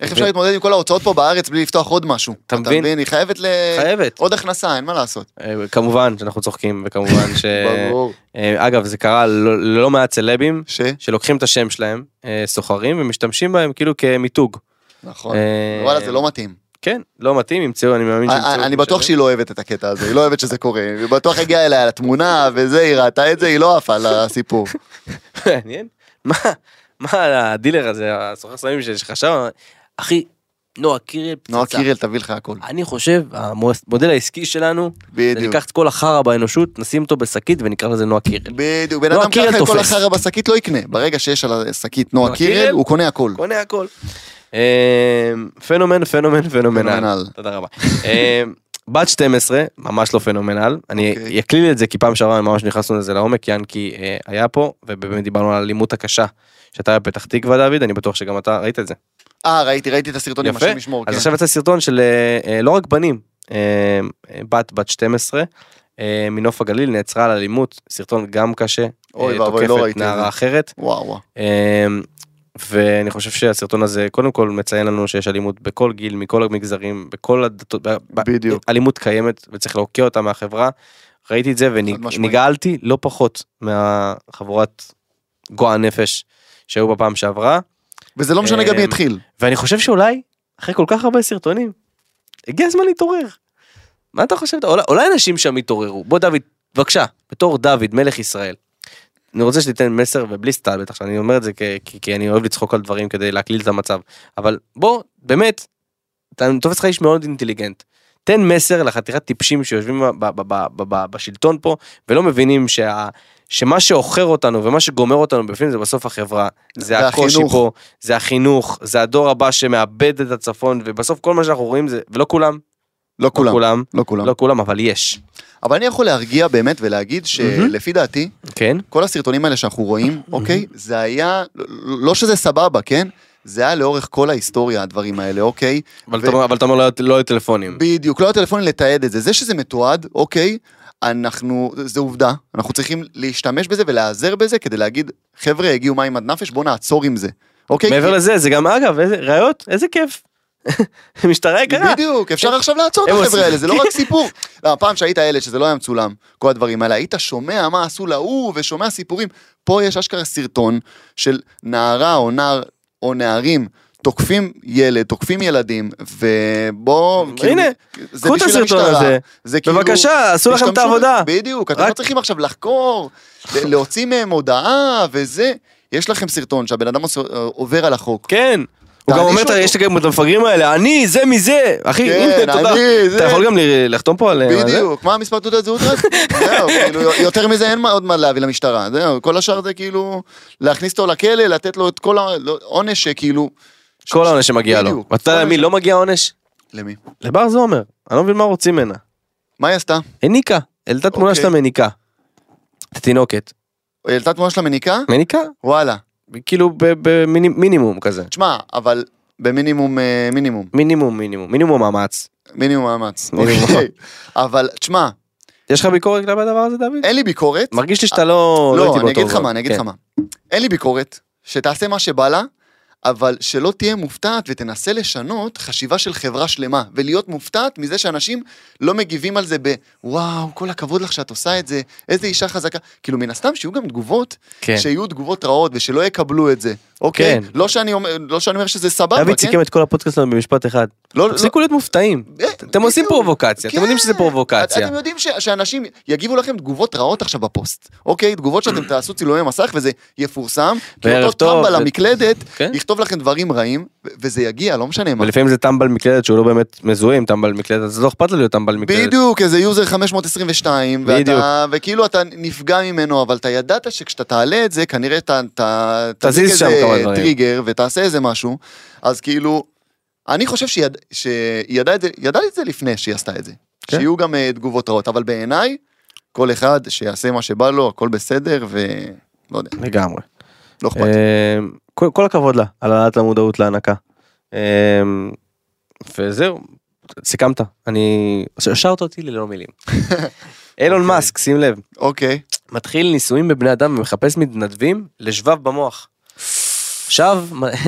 S2: איך אפשר להתמודד עם כל ההוצאות פה בארץ בלי לפתוח עוד משהו?
S3: אתה מבין?
S2: היא חייבת ל...
S3: אה, חייבת.
S2: עוד הכנסה, אין מה לעשות.
S3: אה, כמובן שאנחנו צוחקים, וכמובן ש...
S2: ברור.
S3: אה, אגב, זה קרה ל- ללא מעט סלבים
S2: ש?
S3: שלוקחים את השם שלהם, אה, סוחרים, ומשתמשים בהם כאילו כמיתוג.
S2: נכון.
S3: אה,
S2: וואלה, זה לא מתאים.
S3: כן, לא מתאים, ימצאו, אני מאמין שימצאו.
S2: אני- אני
S3: כמו
S2: בטוח
S3: שאני.
S2: שהיא לא אוהבת את הקטע הזה, היא לא אוהבת שזה קורה, היא בטוח הגיעה אליה לתמונה וזה, היא ראתה את זה, היא לא עפה על הסיפור.
S3: מעניין. מה, מה הדילר הזה, הסוחר סמים ש- שחשב, אחי, נועה קירל פצצה.
S2: נועה קירל תביא לך הכל.
S3: אני חושב, המודל העסקי שלנו, זה
S2: בדיוק.
S3: ניקח את כל החרא באנושות, נשים אותו בשקית ונקרא לזה נועה קירל.
S2: בדיוק, בן
S3: נועה
S2: אדם
S3: קירל
S2: ככה את כל
S3: תופס.
S2: החרא בשקית לא יקנה. ברגע שיש על השקית נועה
S3: נועה קירל,
S2: קירל, הוא קונה הכל.
S3: קונה הכל. אה, פנומן, פנומן, פנומנל.
S2: פנומנל.
S3: תודה רבה. אה, בת 12, ממש לא פנומנל. אני
S2: אוקיי.
S3: אקליל את זה כי פעם שעברה ממש נכנסנו לזה לעומק, ינקי אה, היה פה, ובאמת דיברנו על האלימות הקשה. שאתה בפתח תקווה דוד, אני בטוח שגם אתה ראית את זה.
S2: אה, ראיתי, ראיתי את הסרטון עם
S3: יפה.
S2: השם ישמור.
S3: אז
S2: כן.
S3: עכשיו יצא סרטון של אה, אה, לא רק בנים, אה, אה, בת בת 12. אה, מנוף הגליל נעצרה על אלימות, סרטון גם קשה,
S2: אוי
S3: אה,
S2: ואבוי, לא
S3: תוקפת
S2: ראיתי את
S3: נערה
S2: זה.
S3: אחרת.
S2: וואו, וואו.
S3: אמ, ואני חושב שהסרטון הזה קודם כל מציין לנו שיש אלימות בכל גיל מכל המגזרים בכל הדתות ב- ב-
S2: בדיוק.
S3: אלימות קיימת וצריך להוקיע אותה מהחברה. ראיתי את זה
S2: משמעית.
S3: ונגעלתי לא פחות מהחבורת גועל נפש שהיו בפעם שעברה
S2: וזה לא משנה גם מי
S3: אה,
S2: התחיל.
S3: ואני חושב שאולי אחרי כל כך הרבה סרטונים הגיע הזמן להתעורר. מה אתה חושב אולי, אולי אנשים שם יתעוררו בוא דוד בבקשה בתור דוד מלך ישראל. אני רוצה שתיתן מסר ובלי סטל בטח שאני אומר את זה כי, כי, כי אני אוהב לצחוק על דברים כדי להקליל את המצב אבל בוא באמת. אתה אני תופס לך איש מאוד אינטליגנט. תן מסר לחתיכת טיפשים שיושבים ב- ב- ב- ב- ב- בשלטון פה ולא מבינים שה... שמה שעוכר אותנו ומה שגומר אותנו בפנים זה בסוף החברה. זה
S2: והחינוך.
S3: הקושי פה, זה החינוך, זה הדור הבא שמאבד את הצפון, ובסוף כל מה שאנחנו רואים זה, ולא כולם,
S2: לא
S3: לא
S2: כולם,
S3: כולם,
S2: לא כולם.
S3: לא כולם, אבל יש.
S2: אבל אני יכול להרגיע באמת ולהגיד שלפי דעתי,
S3: כן?
S2: כל הסרטונים האלה שאנחנו רואים, אוקיי, זה היה, לא שזה סבבה, כן? זה היה לאורך כל ההיסטוריה, הדברים האלה, אוקיי?
S3: אבל
S2: ו-
S3: אתה אומר- אבל אתה אומר לא היו- לא היו טלפונים.
S2: בדיוק, לא היה טלפון לתעד את זה. זה שזה מתועד, אוקיי, אנחנו, זה עובדה, אנחנו צריכים להשתמש בזה ולהיעזר בזה כדי להגיד, חבר'ה, הגיעו מים עד נפש, בואו נעצור עם זה. אוקיי?
S3: מעבר
S2: כי-
S3: לזה, זה גם, אגב, איזה- ראיות, איזה כיף. משטרה יקרה.
S2: בדיוק, אפשר עכשיו לעצור את
S3: כן, אה. הם
S2: החבר'ה
S3: עושים- כן.
S2: האלה, זה לא רק סיפור. לא, פעם שהיית ילד, שזה לא היה מצולם, כל הדברים האלה, היית שומע מה עשו להוא ושומע סיפורים. פה יש אשכרה סרטון של נערה או נער או נערים. תוקפים ילד, תוקפים ילדים, ובוא, כאילו,
S3: הנה,
S2: זה
S3: קחו את
S2: בשביל
S3: הסרטון
S2: המשטרה,
S3: הזה.
S2: זה כאילו,
S3: בבקשה, עשו לכם את
S2: תשתמשו
S3: העבודה.
S2: בזה. בדיוק, אתם
S3: רק-
S2: לא צריכים עכשיו לחקור, ל- להוציא מהם הודעה וזה. יש לכם סרטון שהבן אדם עושה- עובר על החוק.
S3: כן. הוא גם
S2: תענישו
S3: אומר,
S2: אותו.
S3: יש לכם את המפגרים האלה, אני, זה מזה. אחי,
S2: כן,
S3: הנה, תודה.
S2: אני, זה.
S3: אתה יכול גם ל- לחתום פה על... על אה, זה?
S2: בדיוק, מה המספר תעודת זהות רק? זהו, כאילו, יותר מזה אין מה- עוד מה להביא למשטרה, זהו, כל השאר זה כאילו להכניס אותו לכלא, לתת לו את כל העונש שכאילו...
S3: כל העונש שמגיע לו.
S2: בדיוק.
S3: ואתה יודע למי
S2: עונש-
S3: לא מגיע עונש?
S2: למי?
S3: לבר זומר. אני לא מבין מה רוצים ממנה.
S2: מה היא עשתה?
S3: הניקה. העלתה תמונה
S2: אוקיי.
S3: שלה מניקה. את התינוקת.
S2: היא העלתה תמונה שלה מניקה?
S3: מניקה?
S2: וואלה.
S3: כאילו במינימום כזה.
S2: תשמע, אבל במינימום, אה, מינימום,
S3: מינימום, מינימום. מינימום מאמץ.
S2: מינימום מאמץ.
S3: מינימום.
S2: אוקיי. אבל, תשמע,
S3: יש לך ביקורת לגבי הדבר הזה, דוד?
S2: אין לי ביקורת.
S3: מרגיש לי שאתה לא...
S2: לא,
S3: הייתי
S2: אני
S3: באותו
S2: אגיד לך
S3: רוב.
S2: מה, אני אגיד
S3: כן.
S2: לך מה. אין לי ביקורת, שתעשה מה שבא לה, אבל שלא תהיה מופתעת ותנסה לשנות חשיבה של חברה שלמה, ולהיות מופתעת מזה שאנשים לא מגיבים על זה ב, וואו, כל הכבוד לך שאת עושה את זה, איזה אישה חזקה. כאילו, מן הסתם שיהיו גם תגובות,
S3: כן.
S2: שיהיו תגובות רעות ושלא יקבלו את זה, אוקיי?
S3: כן.
S2: לא שאני אומר- לא שאני אומר שזה סבבה,
S3: דוד
S2: כן?
S3: סיכם את כל הפודקאסט שלנו במשפט אחד.
S2: לא- לא-
S3: תפסיקו להיות מופתעים.
S2: אה,
S3: אתם עושים
S2: בדיוק.
S3: פרובוקציה, אתם
S2: כן.
S3: יודעים שזה פרובוקציה.
S2: את- אתם יודעים ש- שאנשים יגיבו לכם תגובות רעות עכשיו בפוסט, אוקיי? תגובות שאתם תעשו צילומי מסך וזה יפורסם, כי
S3: וערב
S2: אותו
S3: טוב,
S2: טראמפ על
S3: ו-
S2: המקלדת
S3: כן.
S2: יכתוב לכם דברים רעים, ו- וזה יגיע, לא משנה מה.
S3: ולפעמים זה טמבל מקלדת שהוא לא באמת מזוהה עם טמבל מקלדת, אז לא אכפת לו להיות טמבל מקלדת.
S2: בדיוק, איזה יוזר 522,
S3: בדיוק.
S2: ואתה, וכאילו אתה נפגע ממנו, אבל אתה ידעת שכשאתה תעלה את זה, כנראה אתה, אתה
S3: תזיז
S2: תדליק
S3: שם
S2: איזה
S3: כמה דברים.
S2: טריגר ותעשה איזה משהו, אז כאילו, אני חושב שיד, שהיא ידעה את זה, ידעה את זה לפני שהיא עשתה את זה.
S3: כן.
S2: שיהיו גם אה, תגובות רעות, אבל בעיניי, כל אחד שיעשה מה שבא לו, הכל בסדר, ולא יודע,
S3: לגמרי.
S2: לא אכפת.
S3: אמ, כל כל הכבוד לה על העלאת המודעות להנקה. אמ, וזהו, סיכמת. אני... השארת אותי ללא מילים. אילון מאסק, שים לב,
S2: אוקיי,
S3: מתחיל ניסויים בבני אדם ומחפש מתנדבים לשבב במוח. עכשיו,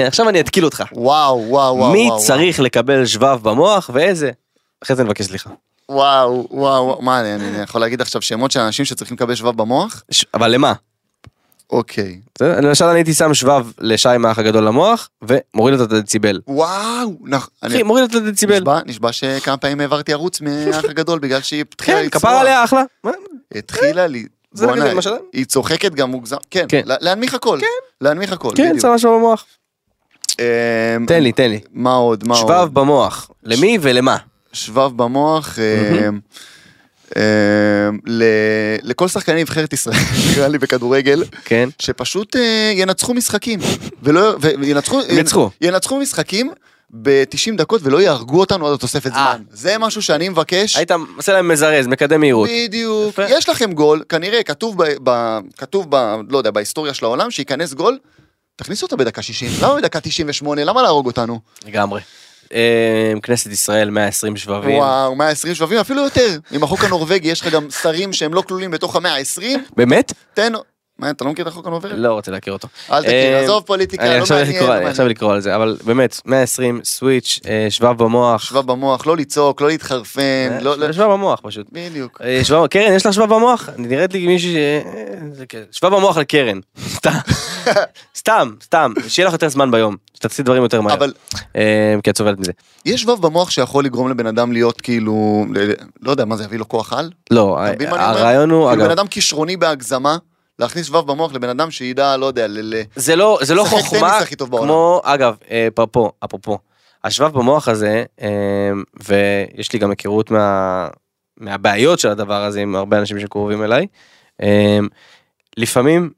S3: עכשיו אני אתקיל אותך.
S2: וואו, וואו, וואו, וואו.
S3: מי
S2: וואו.
S3: צריך לקבל שבב במוח ואיזה? אחרי זה נבקש סליחה.
S2: וואו, וואו, וואו. מה, אני, אני יכול להגיד עכשיו שמות של אנשים שצריכים לקבל שבב במוח?
S3: ש- אבל למה?
S2: אוקיי.
S3: בסדר? למשל אני הייתי שם שבב לשי מהאח הגדול למוח ומוריד לו את הדציבל.
S2: וואו, נכון.
S3: אחי מוריד לו את הדציבל.
S2: נשבע, נשבע שכמה פעמים העברתי ערוץ מהאח הגדול בגלל שהיא התחילה
S3: כן,
S2: לצרוח.
S3: כפר עליה אחלה. מה?
S2: התחילה לי.
S3: זה לא
S2: בואנה,
S3: כזה, מה שאתה-
S2: היא צוחקת גם מוגזם. כן,
S3: כן.
S2: לה- להנמיך הכל. כן. להנמיך הכל,
S3: כן,
S2: בדיוק.
S3: שם משהו במוח.
S2: אמ,
S3: תן לי, תן לי.
S2: מה עוד, מה עוד?
S3: שבב במוח. למי ולמה?
S2: שבב במוח. אמ, אמ, ל- לכל שחקני נבחרת ישראל, נראה לי בכדורגל,
S3: כן.
S2: שפשוט אה, ינצחו משחקים, ולא, וינצחו,
S3: הם ניצחו.
S2: ינצחו משחקים ב-90 דקות ולא יהרגו אותנו עד התוספת
S3: אה.
S2: זמן. זה משהו שאני מבקש.
S3: היית עושה להם מזרז, מקדם מהירות.
S2: בדיוק.
S3: יפה.
S2: יש לכם גול, כנראה כתוב ב... ב כתוב ב... לא יודע, בהיסטוריה של העולם, שייכנס גול, תכניסו אותו בדקה 60. למה בדקה 98? למה להרוג אותנו?
S3: לגמרי. אה, כנסת ישראל 120 שבבים.
S2: וואו, 120 שבבים, אפילו יותר. עם החוק הנורבגי יש לך גם שרים שהם לא כלולים בתוך המאה ה-20,
S3: באמת?
S2: תן... מה, אתה לא מכיר את החוק הנורבגי?
S3: לא רוצה להכיר אותו.
S2: אל תכיר,
S3: אה,
S2: עזוב פוליטיקה,
S3: אני
S2: כן, לא
S3: עכשיו
S2: מעניין.
S3: לקרוא-
S2: לא
S3: אני
S2: מעניין.
S3: עכשיו לקרוא על זה, אבל באמת, 120, סוויץ', אה, שבב במוח.
S2: שבב במוח, לא לצעוק, לא להתחרפן,
S3: אה,
S2: לא... לא-
S3: שבב במוח פשוט.
S2: בדיוק.
S3: אה, שבב, קרן, יש לך שבב במוח? נראית לי מישהי ש... אה, זה כן. שבב במוח לקרן. סתם. סתם, סתם. שיהיה לך יותר זמן ביום. שתעשי דברים יותר מהר.
S2: אבל
S3: אה, כי את סובלת מזה.
S2: יש שבב במוח שיכול לגרום לבן אדם להיות כאילו, ל- לא יודע, מה זה יביא לו כוח על?
S3: לא,
S2: אתה מבין מה אני אומר?
S3: הרעיון הוא,
S2: כאילו בן
S3: אגב,
S2: אדם כישרוני בהגזמה, להכניס שבב במוח לבן אדם שידע, לא יודע, ל... ל-
S3: זה לא זה לא
S2: לשחק טניס
S3: חוכמה,
S2: הכי טוב בעולם.
S3: כמו, אגב, אה, אפרופו, אפרופו, השבב במוח הזה, אה, ויש לי גם היכרות מה- מהבעיות של הדבר הזה עם הרבה אנשים שקרובים אליי, אה, לפעמים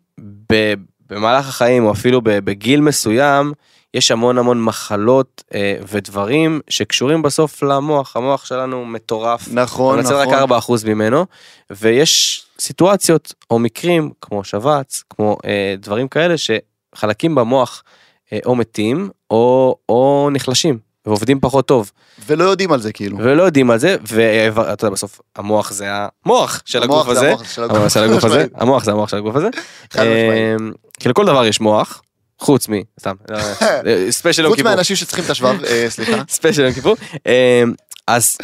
S3: ב- במהלך החיים או אפילו ב- בגיל מסוים יש המון המון מחלות אה, ודברים שקשורים בסוף למוח המוח שלנו מטורף.
S2: נכון,
S3: אתה מנצל
S2: נכון.
S3: רק 4% ממנו ויש סיטואציות או מקרים כמו שבץ כמו אה, דברים כאלה שחלקים במוח אה, או מתים או, או נחלשים ועובדים פחות טוב
S2: ולא יודעים על זה כאילו.
S3: ולא יודעים על זה ואתה יודע בסוף המוח זה המוח של
S2: המוח
S3: הגוף
S2: זה
S3: הזה.
S2: המוח של
S3: המוח של הגוף הזה,
S2: משמעית.
S3: המוח זה המוח של הגוף הזה,
S2: חד משמעית.
S3: אמ, כי לכל דבר יש מוח, חוץ מ... סתם, לא, אה, ספיישל יום
S2: חוץ
S3: כיפור,
S2: מהאנשים שצריכים את השבב, אה, סליחה.
S3: ספיישל יום כיפור, אמ, אז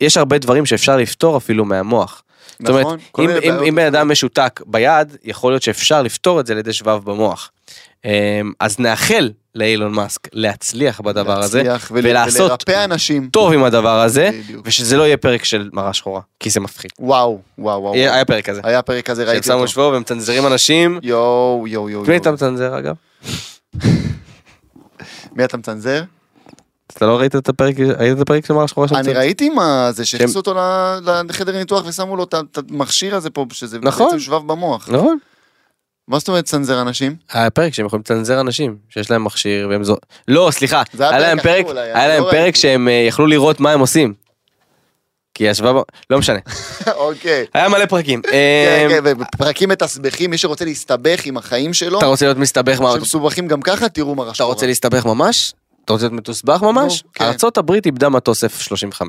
S3: יש הרבה דברים שאפשר לפתור אפילו מהמוח. זאת אומרת,
S2: נכון. כל
S3: אם-
S2: מיני
S3: אם
S2: בעיות.
S3: אם בן אדם משותק ביד, יכול להיות שאפשר לפתור את זה על ידי שבב במוח. אמ, אז נאחל לאילון מאסק להצליח בדבר הזה,
S2: להצליח ול-
S3: ולעשות
S2: ולרפא אנשים.
S3: טוב עם הדבר הזה,
S2: בדיוק.
S3: ושזה לא יהיה פרק של מראה שחורה, כי זה מפחיד.
S2: וואו, וואו, וואו.
S3: היה היה פרק כזה.
S2: היה פרק כזה,
S3: אה, שהם
S2: ראיתי
S3: שמו
S2: אותו.
S3: שבוע והם מצנזרים אנשים.
S2: יואו, יואו, יואו.
S3: את מי
S2: יואו.
S3: אתה מצנזר אגב?
S2: מי אתה מצנזר?
S3: אתה לא ראית את הפרק, ראית את הפרק של מראה שחורה של
S2: אני
S3: מצנזר?
S2: ראיתי מה זה, שהכניסו
S3: שהם-
S2: אותו ל- לחדר ניתוח ושמו לו את ה- את המכשיר הזה פה, שזה
S3: נכון.
S2: בעצם שבב במוח.
S3: נכון.
S2: מה זאת אומרת צנזר אנשים?
S3: היה פרק שהם יכולים לצנזר אנשים, שיש להם מכשיר והם זו... לא, סליחה,
S2: זה היה
S3: היה להם
S2: פרק אחר
S3: פרק,
S2: אולי,
S3: היה
S2: אני
S3: להם
S2: לא
S3: פרק
S2: ראיתי.
S3: שהם אה, יכלו לראות מה הם עושים. כי ישבה ב... לא משנה.
S2: אוקיי.
S3: היה מלא פרקים.
S2: כן,
S3: אה,
S2: כן, ופרקים מתסבכים, מי שרוצה להסתבך עם החיים שלו,
S3: אתה רוצה להיות מסתבך מה...
S2: שמסובכים גם ככה, תראו מה
S3: אתה
S2: רשום.
S3: רוצה להסתבך ממש? אתה רוצה להיות מתוסבך ממש?
S2: נו, כן.
S3: ארצות הברית איבדה מטוס F-35.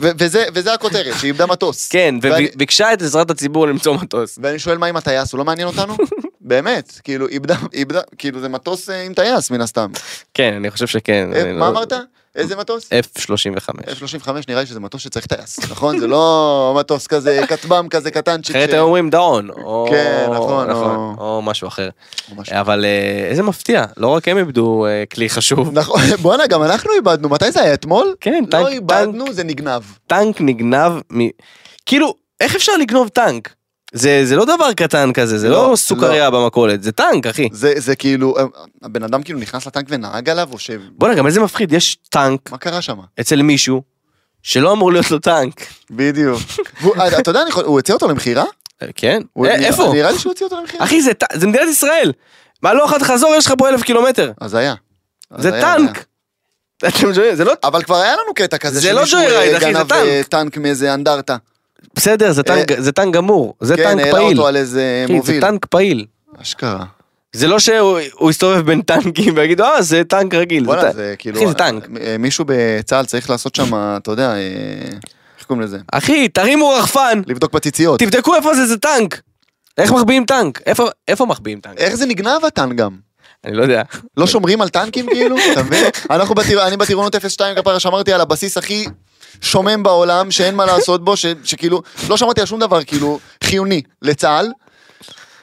S2: וזה וזה הכותרת, שאיבדה מטוס.
S3: כן,
S2: ואני-
S3: וביקשה את עזרת הציבור למצוא מטוס.
S2: ואני שואל מה עם הטייס, הוא לא מעניין אותנו? באמת, כאילו איבדה, איבדה, כאילו זה מטוס אה, עם טייס מן הסתם.
S3: כן, אני חושב שכן.
S2: אה,
S3: אני
S2: מה
S3: לא- אה.
S2: אמרת? איזה מטוס?
S3: F-35.
S2: F-35 נראה לי שזה מטוס שצריך טייס, נכון? זה לא מטוס כזה כטב"ם כזה קטנצ'יק.
S3: אחרת
S2: ש-
S3: היו אומרים דאון, או...
S2: כן, נכון, או-
S3: או משהו אחר.
S2: או משהו.
S3: אבל אה, איזה מפתיע, לא רק הם איבדו אה, כלי חשוב.
S2: נכון, בואנה גם אנחנו איבדנו, מתי זה היה אתמול?
S3: כן,
S2: לא
S3: טנק, טנק,
S2: איבדנו, זה נגנב.
S3: טנק נגנב מ... כאילו, איך אפשר לגנוב טנק? זה, זה לא דבר קטן כזה, זה לא,
S2: לא,
S3: סוכריה במכולת, זה טנק, אחי.
S2: זה זה כאילו, אה, הבן אדם כאילו נכנס לטנק ונהג עליו, או ש...
S3: בוא'נה, גם איזה מפחיד, יש טנק
S2: מה קרה שם?
S3: אצל מישהו שלא אמור להיות לו טנק.
S2: בדיוק. והוא- אה, אתה יודע, אני יכול- הוא הציע אותו למכירה?
S3: אה, כן?
S2: הוא-
S3: אה,
S2: נראה-
S3: איפה?
S2: נראה לי שהוא הציע אותו למכירה.
S3: אחי, זה, ט- זה מדינת ישראל. מהלוך עד חזור יש לך פה אלף קילומטר.
S2: אז היה. אז לא
S3: זה
S2: היה, היה.
S3: טנק. אתם שומעים? זה לא...
S2: אבל כבר היה לנו קטע כזה
S3: זה לא
S2: שמישהו,
S3: ג'וירייד,
S2: אה,
S3: אחי, זה
S2: גנב,
S3: טנק.
S2: אה, טנק מאיזה אנדרטה.
S3: בסדר, זה טנק, זה טנק גמור, זה
S2: אה, כן,
S3: טנק
S2: העלה
S3: פעיל.
S2: אותו על איזה
S3: אחי, זה
S2: מוביל.
S3: טנק פעיל.
S2: אשכרה.
S3: זה לא שהוא הוא יסתובב בין טנקים ויגיד, אה, זה טנק רגיל. זה
S2: וואלה,
S3: טנק."
S2: זה כאילו...
S3: אחי, זה טנק.
S2: אה, מישהו בצה"ל צריך לעשות שם, אתה יודע, אה, איך קוראים לזה?
S3: אחי, תרימו רחפן,
S2: לבדוק בציציות.
S3: תבדקו איפה זה, זה טנק. איך מחביאים טנק? איפה- איפה מחביאים טנק?
S2: איך זה נגנב הטנק גם?
S3: אני לא יודע.
S2: לא שומרים על טנקים כאילו? אתה מבין? אנחנו בטיר- אני בטירונות 02 כפרה שמרתי על הבסיס הכי שומם בעולם, שאין מה לעשות בו, ש- שכאילו, לא שמעתי על שום דבר כאילו חיוני לצה"ל,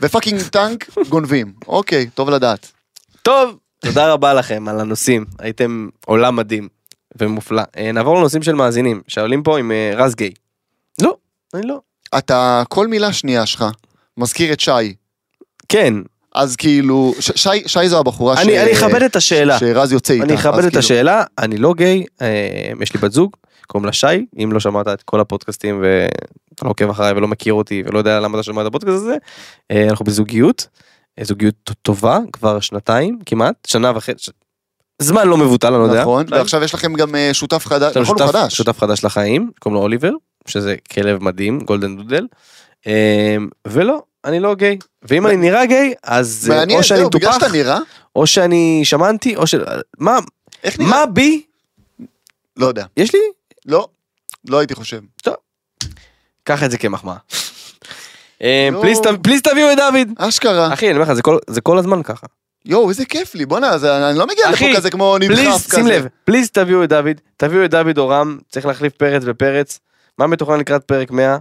S2: ופאקינג טנק גונבים. אוקיי, טוב לדעת.
S3: טוב, תודה רבה לכם על הנושאים, הייתם עולם מדהים ומופלא. אה, נעבור לנושאים של מאזינים, שעולים פה עם אה, רז גיי. לא, אני לא.
S2: אתה, כל מילה שנייה שלך מזכיר את שי.
S3: כן,
S2: אז כאילו, ש- שי, שי זו הבחורה
S3: אני אני אכבד את השאלה.
S2: שרז יוצא איתה.
S3: אני
S2: אז
S3: אכבד את
S2: כאילו-
S3: השאלה, אני לא גיי, אה, יש לי בת זוג, קוראים לה שי, אם לא שמעת את כל הפודקאסטים ואתה לא עוקב אחריי ולא מכיר אותי ולא יודע למה אתה שומע את הפודקאסט הזה, אה, אנחנו בזוגיות, אה, זוגיות ט- טובה כבר שנתיים כמעט, שנה וחצי, ש- זמן לא מבוטל, אני לא יודע.
S2: נכון,
S3: אולי.
S2: ועכשיו יש לכם גם אה, שותף חדש,
S3: יש לנו
S2: נכון, הוא
S3: שותף-
S2: חדש.
S3: שותף חדש לחיים, קוראים לו אוליבר, שזה כלב מדהים, גולדן דודל, אה, ולא, אני לא גיי, ואם אני נראה גיי, אז אה,
S2: מעניין,
S3: או שאני
S2: זהו, בגלל
S3: מטופח,
S2: שאתה נראה,
S3: או שאני שמנתי, או ש... מה,
S2: איך נראה?
S3: מה בי?
S2: לא יודע.
S3: יש לי
S2: לא, לא הייתי חושב.
S3: קח את זה כמחמאה. אה,
S2: לא.
S3: פליז ת- פליז תביאו את דוד.
S2: אשכרה.
S3: אחי אני אומר לך זה כל- זה כל הזמן ככה.
S2: יואו, איזה כיף לי, בואנה, זה- אני לא מגיע לפה
S3: אחי,
S2: כזה כמו נדחף
S3: פליז
S2: כזה.
S3: שים לב פליז תביאו את דוד תביאו את דוד או רם צריך להחליף פרץ בפרץ. מה מתוכנן לקראת פרק 100?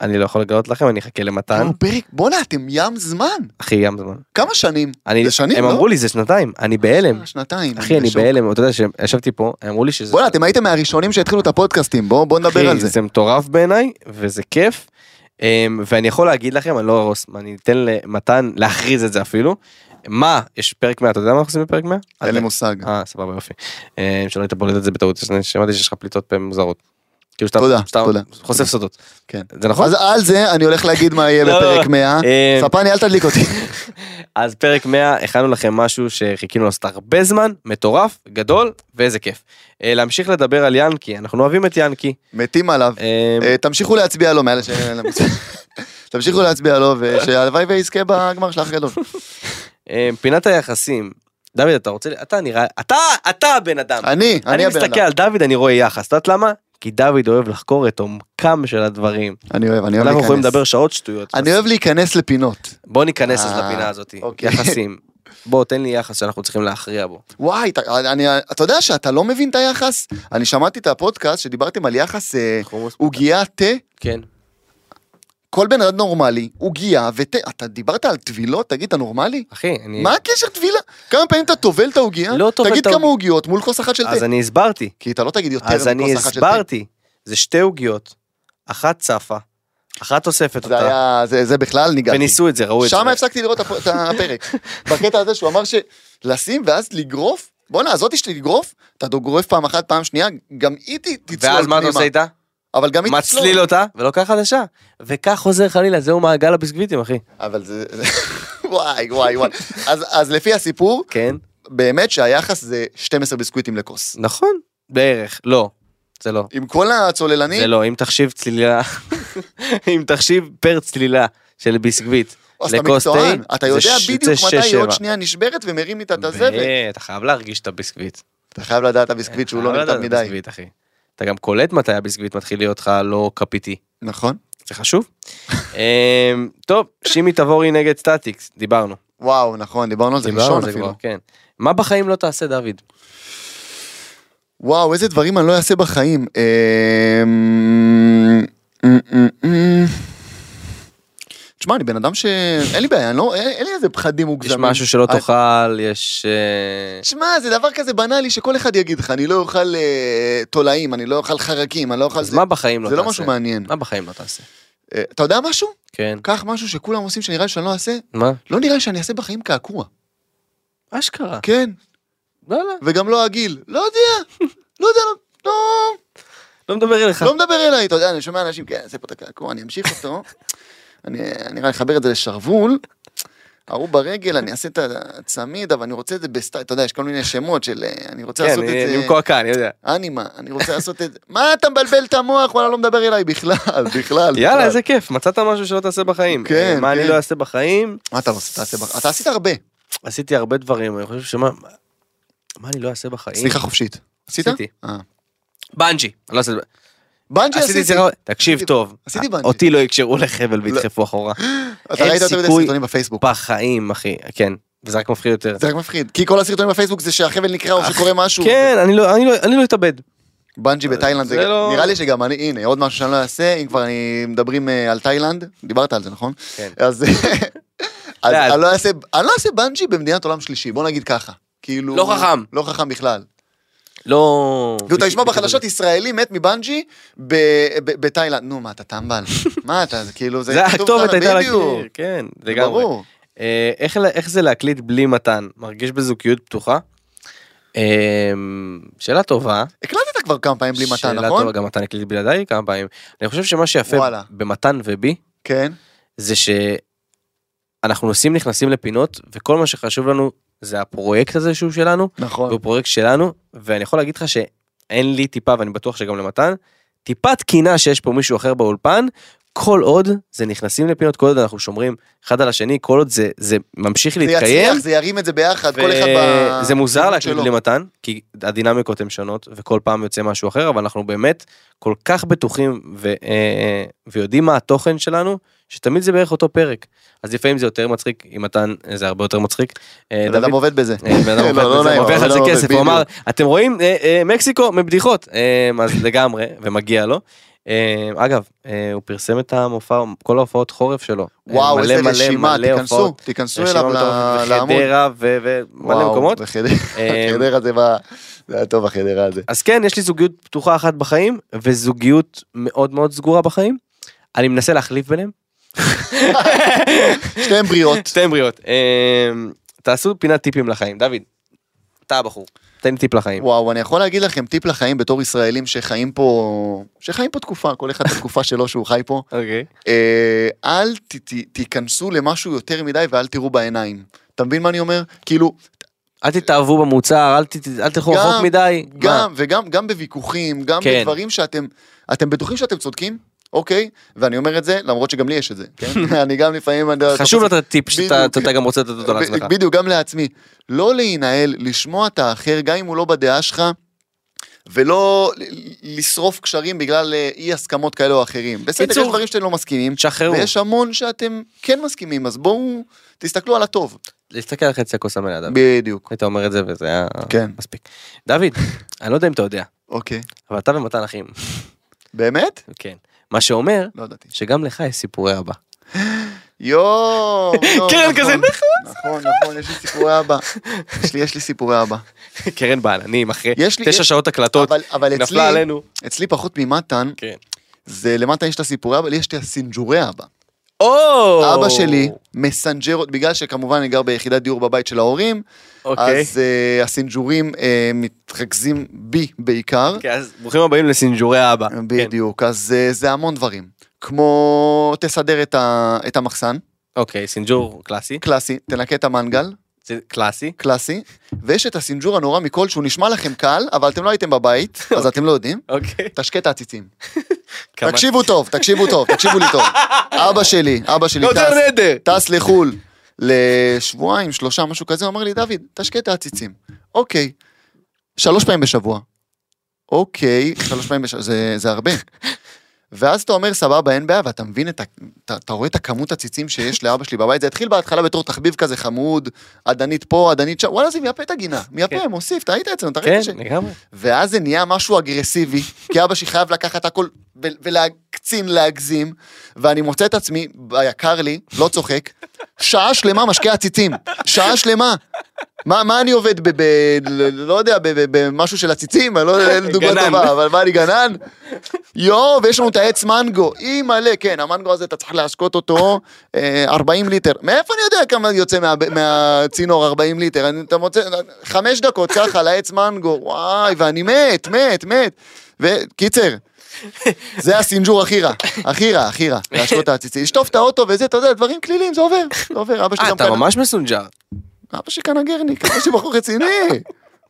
S3: אני לא יכול לגלות לכם אני אחכה למתן
S2: יואו, פרק- בואנה, אתם ים זמן.
S3: אחי ים זמן.
S2: כמה שנים?
S3: אני-
S2: זה שנים,
S3: הם
S2: לא?
S3: אמרו לי זה שנתיים אני בהלם.
S2: אה, שנתיים.
S3: אחי אני
S2: בשוק.
S3: בהלם אתה יודע שישבתי פה אמרו לי שזה.
S2: בואנה, אתם הייתם מהראשונים שהתחילו את הפודקאסטים, בואו בואו נדבר
S3: אחי,
S2: על זה.
S3: זה מטורף בעיניי וזה כיף. אמ, ואני יכול להגיד לכם אני לא ארוס אני אתן למתן להכריז את זה אפילו. מה יש פרק 100 אתה יודע מה אנחנו עושים בפרק אה, 100?
S2: אין לי מושג.
S3: אה סבבה יופי. אמ, שלא היית בולט את זה בטעות שמעתי שיש לך פליטות פה מוזרות. כאילו שאתה
S2: תודה,
S3: שאתה
S2: תודה.
S3: חושף סודות.
S2: כן.
S3: זה נכון?
S2: אז על זה אני הולך להגיד מה יהיה
S3: לא, לא,
S2: בפרק 100.
S3: אה,
S2: ספני, אל תדליק אותי.
S3: אז פרק 100, הכנו לכם משהו שחיכינו לעשות הרבה זמן, מטורף, גדול, ואיזה כיף. אה, להמשיך לדבר על ינקי, אנחנו אוהבים את ינקי.
S2: מתים עליו.
S3: אה,
S2: אה, תמשיכו להצביע לו מעל השאלה. תמשיכו להצביע לו, ושהלוואי ויזכה בגמר שלך גדול.
S3: אה, פינת היחסים, דוד, אתה רוצה, אתה נראה, אתה, אתה הבן אדם.
S2: אני,
S3: אני
S2: אני הבן
S3: מסתכל
S2: אדם.
S3: על דוד, אני רואה יחס, את יודעת למה? כי דוד אוהב לחקור את עומקם של הדברים.
S2: אני אוהב, אני אוהב
S3: אנחנו יכולים לדבר
S2: להיכנס.
S3: שעות שטויות.
S2: אני אוהב להיכנס לפינות.
S3: בוא ניכנס אז
S2: אה,
S3: לפינה הזאת,
S2: אוקיי.
S3: יחסים. בוא, תן לי יחס שאנחנו צריכים להכריע בו.
S2: וואי, אתה, אני, אתה יודע שאתה לא מבין את היחס? אני שמעתי את הפודקאסט שדיברתם על יחס אה,
S3: חומוס.
S2: עוגייה תה.
S3: כן.
S2: כל בן אדם נורמלי, עוגייה ותה. אתה דיברת על טבילות? תגיד, אתה נורמלי?
S3: אחי, אני...
S2: מה הקשר טבילה? כמה פעמים אתה טובל את העוגייה?
S3: לא טובל
S2: תגיד
S3: את העוג-
S2: כמה עוגיות מול כוס אחת של
S3: אז
S2: תה.
S3: אני הסברתי.
S2: כי אתה לא תגיד יותר
S3: אז אני
S2: מכוס אחת של תה.
S3: הסברתי. זה שתי עוגיות, אחת צפה, אחת אוספת
S2: זה
S3: אותה,
S2: היה, זה, זה בכלל ניגעתי.
S3: וניסו את זה, ראו את זה.
S2: שם הפסקתי לראות את הפ- את הפרק. בקטע הזה שהוא אמר שלשים ואז לגרוף, בואנה, הזאתי שלי לגרוף, אתה גורף פעם אחת, פעם שנייה, גם היא ת- תצלול פנימה.
S3: ואז מה אתה עושה איתה?
S2: אבל גם היא תצלול.
S3: מצליל אותה, ולוקח חדשה. וכך חוזר חלילה, זהו מעגל הביסקוויטים, אחי.
S2: אבל זה... וואי, וואי, וואי. אז, אז לפי הסיפור,
S3: כן,
S2: באמת שהיחס זה 12 ביסקוויטים לכוס.
S3: נכון. בערך, לא. זה לא.
S2: עם כל הצוללנים,
S3: זה לא, אם תחשיב צלילה, אם תחשיב פר צלילה של ביסקוויט
S2: אז אתה
S3: לכוס תה,
S2: מקצוען, אתה
S3: זה
S2: יודע
S3: ש-
S2: בדיוק
S3: זה
S2: מתי
S3: שש,
S2: היא עוד
S3: שבע.
S2: שנייה נשברת ומרים איתה את הזבל.
S3: ו- אתה חייב להרגיש את הביסקוויט.
S2: אתה חייב לדעת את הביסקוויט שהוא לא
S3: חייב
S2: נרטב
S3: לדעת את
S2: מדי.
S3: הביסקוויט, אחי. אתה גם קולט מתי הביסקוויט מתחיל להיות לך לא כפיתי.
S2: נכון.
S3: זה חשוב. אמ, טוב, שימי תבורי נגד סטטיקס, דיברנו.
S2: וואו, נכון, דיברנו על זה
S3: דיברנו על
S2: ראשון
S3: זה
S2: אפילו.
S3: כבר, כן. מה בחיים לא תעשה, דוד?
S2: וואו, איזה דברים אני לא אעשה בחיים. אמ, אמ, אמ, אמ. תשמע, אני בן אדם ש... אין לי בעיה, אני לא- אין אין לי איזה פחדים
S3: יש
S2: מוגזמים.
S3: משהו שלא
S2: אני-
S3: תאכל, יש... אה,
S2: תשמע, זה דבר כזה בנאלי שכל אחד יגיד לך, אני לא אוכל אה, תולעים, אני לא אוכל חרקים, אני לא אוכל...
S3: אז
S2: זה.
S3: מה בחיים לא
S2: זה
S3: תעשה?
S2: לא משהו מעניין.
S3: מה בחיים לא תעשה?
S2: אה, אתה יודע משהו?
S3: כן.
S2: קח משהו שכולם עושים שנראה לי שאני לא אעשה,
S3: מה?
S2: לא נראה לי שאני אעשה בחיים קעקוע.
S3: אשכרה.
S2: כן,
S3: וואלה.
S2: וגם לא עגיל. לא יודע, לא יודע, לא- לא...
S3: לא מדבר אליך.
S2: לא מדבר אליי, אתה יודע, אני שומע אנשים, כן, זה פה את הקעקוע, אני אמשיך אותו, אני אני רק אחבר את זה לשרוול, ההוא ברגל, אני אעשה את הצמיד, אבל אני רוצה את זה בסטייל, אתה יודע, יש כל מיני שמות של, אה, אני רוצה
S3: כן,
S2: לעשות את
S3: אני אני עם
S2: זה,
S3: קועקע, אני יודע.
S2: אנימה, אני רוצה לעשות את זה, מה אתה מבלבל את המוח, וואלה, לא מדבר אליי בכלל, בכלל.
S3: יאללה,
S2: בכלל.
S3: איזה כיף, מצאת משהו שלא תעשה בחיים.
S2: כן,
S3: אה, מה
S2: כן.
S3: אני לא אעשה בחיים?
S2: מה אתה לא עושה? אתה עושה בח- אתה עשית הרבה,
S3: עשיתי הרבה דברים, אני חושב שמה... מה אני לא אעשה בחיים?
S2: סליחה חופשית. עשית?
S3: עשיתי.
S2: אה.
S3: בנג'י. אני לא אעשה...
S2: בנג'י
S3: עשיתי לא-
S2: עשיתי.
S3: סירחון, תקשיב
S2: עשיתי-
S3: טוב,
S2: עשיתי בנג'י. לא.
S3: אותי לא יקשרו לחבל וידחפו אחורה.
S2: אתה
S3: אין
S2: ראית יותר מדי
S3: סיכוי.
S2: סרטונים בפייסבוק.
S3: בחיים אחי, כן, וזה רק מפחיד יותר.
S2: זה רק מפחיד, כי כל הסרטונים בפייסבוק זה שהחבל נקרע או שקורה משהו.
S3: כן, אני לא- אני לא- אני לא אתאבד.
S2: בנג'י בתאילנד,
S3: זה
S2: זה-
S3: לא-
S2: נראה לי שגם אני, הנה עוד משהו שאני לא אעשה, אם כבר אני מדברים אה, על תאילנד, דיברת על זה נכון?
S3: כן.
S2: אז אז
S3: לא,
S2: אני לא אעשה- אני לא אעשה בנג'י במדינת עולם שלישי, בוא נגיד ככה. כאילו...
S3: לא חכם.
S2: לא חכם בכלל.
S3: לא...
S2: כאילו, אתה תשמע בחדשות, ישראלי מת מבנג'י ב- ב- בתאילנד. נו, מה, אתה טמבל? מה אתה, זה כאילו, זה...
S3: זה
S2: כתוב
S3: הכתובת
S2: לך-
S3: הייתה
S2: בדיוק.
S3: להגדיר, כן, לגמרי.
S2: ברור.
S3: אה, איך לה- איך זה להקליט בלי מתן? מרגיש בזוגיות פתוחה? אה, שאלה טובה.
S2: הקלטת כבר כמה פעמים בלי מתן,
S3: שאלה טובה,
S2: נכון?
S3: גם מתן הקליט בלעדיי כמה פעמים. אני חושב שמה שיפה
S2: וואלה.
S3: במתן ובי,
S2: כן.
S3: זה שאנחנו נוסעים נכנסים לפינות וכל מה שחשוב לנו זה הפרויקט הזה שהוא שלנו
S2: נכון.
S3: והוא פרויקט שלנו ואני יכול להגיד לך שאין לי טיפה ואני בטוח שגם למתן טיפת קינה שיש פה מישהו אחר באולפן כל עוד זה נכנסים לפינות כל עוד אנחנו שומרים אחד על השני כל עוד זה זה ממשיך
S2: זה יצליח,
S3: להתקיים.
S2: זה ירים את זה ביחד, כל אחד
S3: ו-
S2: ב...
S3: זה מוזר
S2: בכיוון
S3: להקליט
S2: שלו.
S3: בלי מתן כי הדינמיקות הן שונות וכל פעם יוצא משהו אחר אבל אנחנו באמת כל כך בטוחים ו- אה, ויודעים מה התוכן שלנו שתמיד זה בערך אותו פרק אז לפעמים זה יותר מצחיק עם מתן אה, זה הרבה יותר מצחיק. אה,
S2: בן אדם
S3: דוד-
S2: עובד בזה.
S3: אה, בן אדם
S2: לא,
S3: עובד
S2: לא
S3: בזה,
S2: נעים,
S3: מרוויח
S2: אבל
S3: על זה
S2: לא עובד,
S3: כסף, הוא אמר,
S2: בדיוק.
S3: אתם רואים, אה, אה, מקסיקו מבדיחות, אה, אז לגמרי, ומגיע לו. אה, אגב, אה, הוא פרסם את המופע, כל ההופעות חורף שלו. אה,
S2: וואו,
S3: מלא,
S2: איזה
S3: מלא,
S2: רשימה,
S3: מלא
S2: תיכנסו,
S3: הופעות.
S2: תיכנסו
S3: רשימה
S2: אליו ל-
S3: מטורפת,
S2: לעמוד.
S3: וחדרה ו- ומלא
S2: וואו, כן.
S3: מקומות.
S2: בחדר-
S3: אה,
S2: החדרה זה מה... זה היה טוב החדרה הזה.
S3: אז כן, יש לי זוגיות פתוחה אחת בחיים, וזוגיות מאוד מאוד סגורה בחיים. אני מנסה להחליף ביניהם.
S2: שתיהן בריאות.
S3: שתיהן בריאות. אה, תעשו פינת טיפים לחיים, דוד. אתה הבחור, תן לי טיפ לחיים.
S2: וואו, אני יכול להגיד לכם טיפ לחיים בתור ישראלים שחיים פה, שחיים פה תקופה, כל אחד בתקופה שלו שהוא חי פה.
S3: אוקיי.
S2: אה, אל ת, ת, תיכנסו למשהו יותר מדי ואל תראו בעיניים. אתה מבין מה אני אומר? כאילו,
S3: אל תתאהבו במוצר, אל ת- אל תלכו
S2: גם-
S3: רחוק מדי.
S2: גם, וגם גם בוויכוחים, גם
S3: כן.
S2: כן. בדברים שאתם, אתם בטוחים שאתם צודקים, אוקיי? ואני אומר את זה, למרות שגם לי יש את זה, כן? אני גם לפעמים... אני-
S3: מה? חשוב לתת טיפ שאתה
S2: בדיוק.
S3: אתה גם רוצה לתת אותו
S2: ב-
S3: לעצמך.
S2: בדיוק, גם לעצמי. לא להינעל, לשמוע את האחר, גם אם הוא לא בדעה שלך, ולא ל- ל- לשרוף קשרים בגלל אה, אי הסכמות כאלה או אחרים. בסדר, יש
S3: קיצור,
S2: דברים שאתם לא מסכימים,
S3: תשחררו,
S2: ויש המון שאתם כן מסכימים, אז בואו, תסתכלו על הטוב.
S3: להסתכל על חצי הכוס המלאה, דוד.
S2: בדיוק.
S3: היית אומר את זה וזה היה
S2: כן.
S3: מספיק. דוד, אני לא יודע אם אתה יודע,
S2: אוקיי.
S3: אבל אתה ומתן אחים.
S2: באמת?
S3: כן. מה שאומר,
S2: לא ידעתי.
S3: שגם לך יש סיפורי אבא.
S2: יואו, יואו,
S3: קרן
S2: נכון.
S3: כזה,
S2: נכון, נכון, יש לי סיפורי אבא. יש לי, יש לי סיפורי אבא.
S3: קרן בעננים, אחרי
S2: יש לי-
S3: תשע
S2: יש-
S3: שעות הקלטות,
S2: אבל, אבל אצלי,
S3: נפלה עלינו.
S2: אצלי פחות ממתן,
S3: כן.
S2: זה למטה יש את הסיפורי אבא, לי יש את הסינג'ורי אבא.
S3: או!
S2: אבא שלי מסנג'ר, בגלל שכמובן אני גר ביחידת דיור בבית של ההורים,
S3: אוקיי.
S2: אז אה, הסינג'ורים אה, מתרכזים בי בעיקר.
S3: אוקיי, אז ברוכים הבאים לסינג'ורי אבא. כן.
S2: אה, בדיוק, אז אה, זה המון דברים. כמו תסדר את ה- את המחסן,
S3: אוקיי, סינג'ור קלאסי.
S2: קלאסי, תנקה את המנגל,
S3: זה קלאסי.
S2: קלאסי, ויש את הסינג'ור הנורא מכל שהוא נשמע לכם קל, אבל אתם לא הייתם בבית, אז אתם לא יודעים.
S3: אוקיי.
S2: תשקה את העציצים.
S3: כמה-
S2: תקשיבו טוב, תקשיבו טוב, תקשיבו לי טוב. אבא שלי, אבא שלי
S3: עוזר
S2: טס,
S3: לא, נדר.
S2: טס לחו"ל לשבועיים, שלושה, משהו כזה, הוא אמר לי, דוד, תשקה את העציצים. אוקיי, שלוש פעמים בשבוע. אוקיי, שלוש פעמים בשבוע, זה, זה הרבה. ואז אתה אומר, סבבה, אין בעיה, ואתה מבין את ה... אתה, אתה רואה את הכמות הציצים שיש לאבא שלי בבית, זה התחיל בהתחלה בתור תחביב כזה חמוד, עדנית פה, עדנית שם, וואלה, זה מייפה את הגינה, מייפה,
S3: כן.
S2: מוסיף, אתה היית אצלנו, אתה ראית ש...
S3: כן, לגמרי.
S2: ואז זה נהיה משהו אגרסיבי, כי אבא שלי חייב לקחת הכל ו- ולהקצין, להגזים, ואני מוצא את עצמי, היקר לי, לא צוחק, שעה שלמה משקה עציצים, שעה שלמה. מה, מה אני עובד ב... ב ל- לא יודע, ב- ב- במשהו של עציצים, אני לא יודע, אין דוגמה
S3: גנן.
S2: טובה, אבל מה, אני גנן? יואו, ויש לנו את העץ מנגו, אי מלא, כן, המנגו הזה, אתה צריך להשקות אותו אה, 40 ליטר. מאיפה אני יודע כמה יוצא מה, מהצינור 40 ליטר? אני, אתה מוצא, חמש דקות ככה על העץ מנגו, וואי, ואני מת, מת, מת. וקיצר, זה הסינג'ור הכי רע, הכי רע, הכי רע, להשקות את העציצים. לשטוף את האוטו וזה, אתה יודע, דברים כלילים, זה עובר, זה עובר, אבא שלי
S3: אה,
S2: גם
S3: אתה
S2: כאן.
S3: ממש מסונג'ר.
S2: אבא שלי כאן הגרניק, אבא שלי בחור רציני.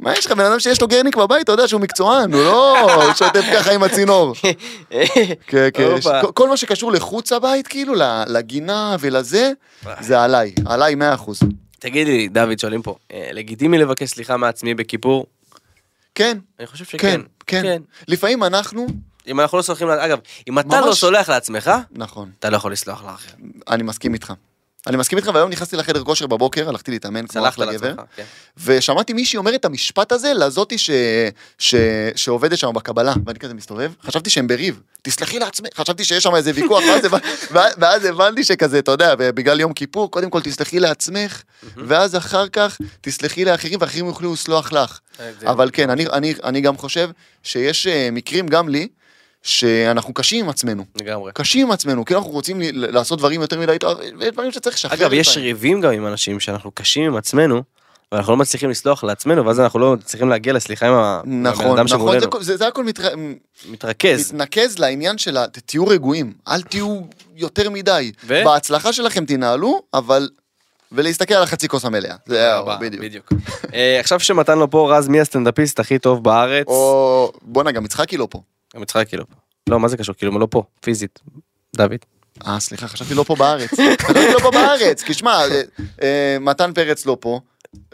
S2: מה יש לך, בן אדם שיש לו גרניק בבית, אתה יודע שהוא מקצוען, הוא לא שוטף ככה עם הצינור. כן, כן,
S3: הופה.
S2: יש- כל- כל מה שקשור לחוץ הבית, כאילו, ל- לגינה ולזה, זה עליי, עליי 100%.
S3: תגיד לי, דוד, שואלים פה, אה, לגיטימי לבקש סליחה מעצמי בכיפור?
S2: כן,
S3: אני חושב
S2: כן,
S3: שכן.
S2: כן. לפעמים אנחנו,
S3: אם אנחנו לא סולחים, לה- אגב, אם אתה
S2: ממש.
S3: לא סולח לעצמך,
S2: נכון,
S3: אתה לא יכול לסלוח לאחר.
S2: אני מסכים איתך. אני מסכים איתך, והיום נכנסתי לחדר כושר בבוקר, הלכתי להתאמן כמו
S3: סלחת
S2: אחלה גבר,
S3: לעצמך. כן.
S2: ושמעתי מישהי אומרת את המשפט הזה לזאתי ש... ש... שעובדת שם בקבלה, ואני כזה מסתובב, חשבתי שהם בריב, תסלחי לעצמך, חשבתי שיש שם איזה ויכוח, ואז, הבנ... ואז הבנתי שכזה, אתה יודע, בגלל יום כיפור, קודם כל תסלחי לעצמך, ואז אחר כך תסלחי לאחרים, ואחרים יוכלו לסלוח לך.
S3: אה, זה-
S2: אבל כן, אני, אני, אני גם חושב שיש אה, מקרים, גם לי, שאנחנו קשים עם עצמנו.
S3: לגמרי.
S2: קשים עם עצמנו, כי אנחנו רוצים ל- לעשות דברים יותר מדי, טוב, ויש דברים שצריך לשחרר.
S3: אגב, יש
S2: לפעמים.
S3: ריבים גם עם אנשים שאנחנו קשים עם עצמנו, ואנחנו לא מצליחים לסלוח לעצמנו, ואז אנחנו לא מצליחים להגיע לסליחה עם ה- עם הבן
S2: נכון,
S3: אדם
S2: נכון, זה
S3: שמולנו.
S2: כל- זה זה הכל מתר-
S3: מתרכז.
S2: מתנקז לעניין של ה... ת- תהיו רגועים, אל תהיו יותר מדי.
S3: ו?
S2: בהצלחה שלכם תנהלו, אבל... ולהסתכל על החצי כוס המלאה. זה היה,
S3: הבא,
S2: בדיוק.
S3: אה, עכשיו שמתן לא פה, רז, מי הסטנדאפיסט הכי טוב בארץ?
S2: או... בואנה, גם יצחקי לא פה.
S3: גם יצחקי לא פה. לא, מה זה קשור? כאילו, הוא לא פה, פיזית. דוד.
S2: אה, סליחה, חשבתי לא פה בארץ. חשבתי לא פה בארץ, כי שמע, אה, אה, מתן פרץ לא פה.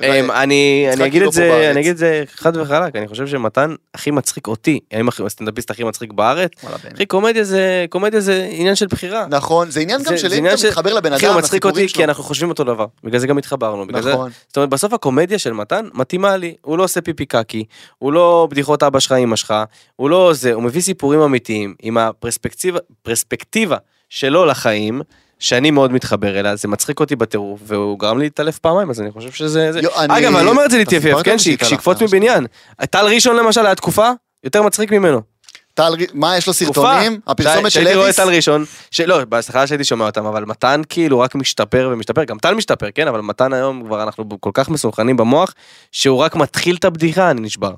S3: אמ, אני אני
S2: יצחקי
S3: אגיד
S2: לא
S3: את
S2: פה בארץ.
S3: זה אני אגיד את זה חד וחלק אני חושב שמתן הכי מצחיק אותי האם הכי- הסטנדאפיסט הכי מצחיק בארץ
S2: וואלה, באמת.
S3: אחי קומדיה זה קומדיה זה עניין של בחירה.
S2: נכון, זה עניין גם
S3: זה-
S2: של
S3: זה
S2: אם
S3: עניין
S2: אתה
S3: של-
S2: מתחבר לבן
S3: אחי הוא
S2: אדם,
S3: מצחיק אותי
S2: לסיפורים
S3: כי
S2: שלו.
S3: אנחנו חושבים אותו דבר בגלל זה גם התחברנו. בגלל זה-
S2: נכון.
S3: זאת אומרת בסוף הקומדיה של מתן מתאימה לי הוא לא עושה פיפי קקי הוא לא בדיחות אבא שלך אמא שלך הוא לא זה הוא מביא סיפורים אמיתיים עם הפרספקטיבה פרספקטיבה שלו לחיים. שאני מאוד מתחבר אליה, זה מצחיק אותי בטירוף, והוא גרם לי להתעלף פעמיים, אז אני חושב שזה... זה.
S2: יו, אני-
S3: אגב, אני לא אומר את זה
S2: אתה
S3: להתייפייף,
S2: סיפרת
S3: כן,
S2: לי שהתעלפת
S3: שיקפוץ
S2: עכשיו.
S3: מבניין. טל ראשון למשל היה תקופה יותר מצחיק ממנו.
S2: טל, ר- מה יש לו סרטונים?
S3: תקופה,
S2: הפרסומת של
S3: שהייתי רואה את
S2: אביס?
S3: טל ראשון, שלא, בהצלחה שהייתי שומע אותם, אבל מתן כאילו רק משתפר ומשתפר, גם טל משתפר, כן, אבל מתן היום כבר אנחנו כל כך מסונכנים במוח, שהוא רק מתחיל את הבדיחה, אני נשבר.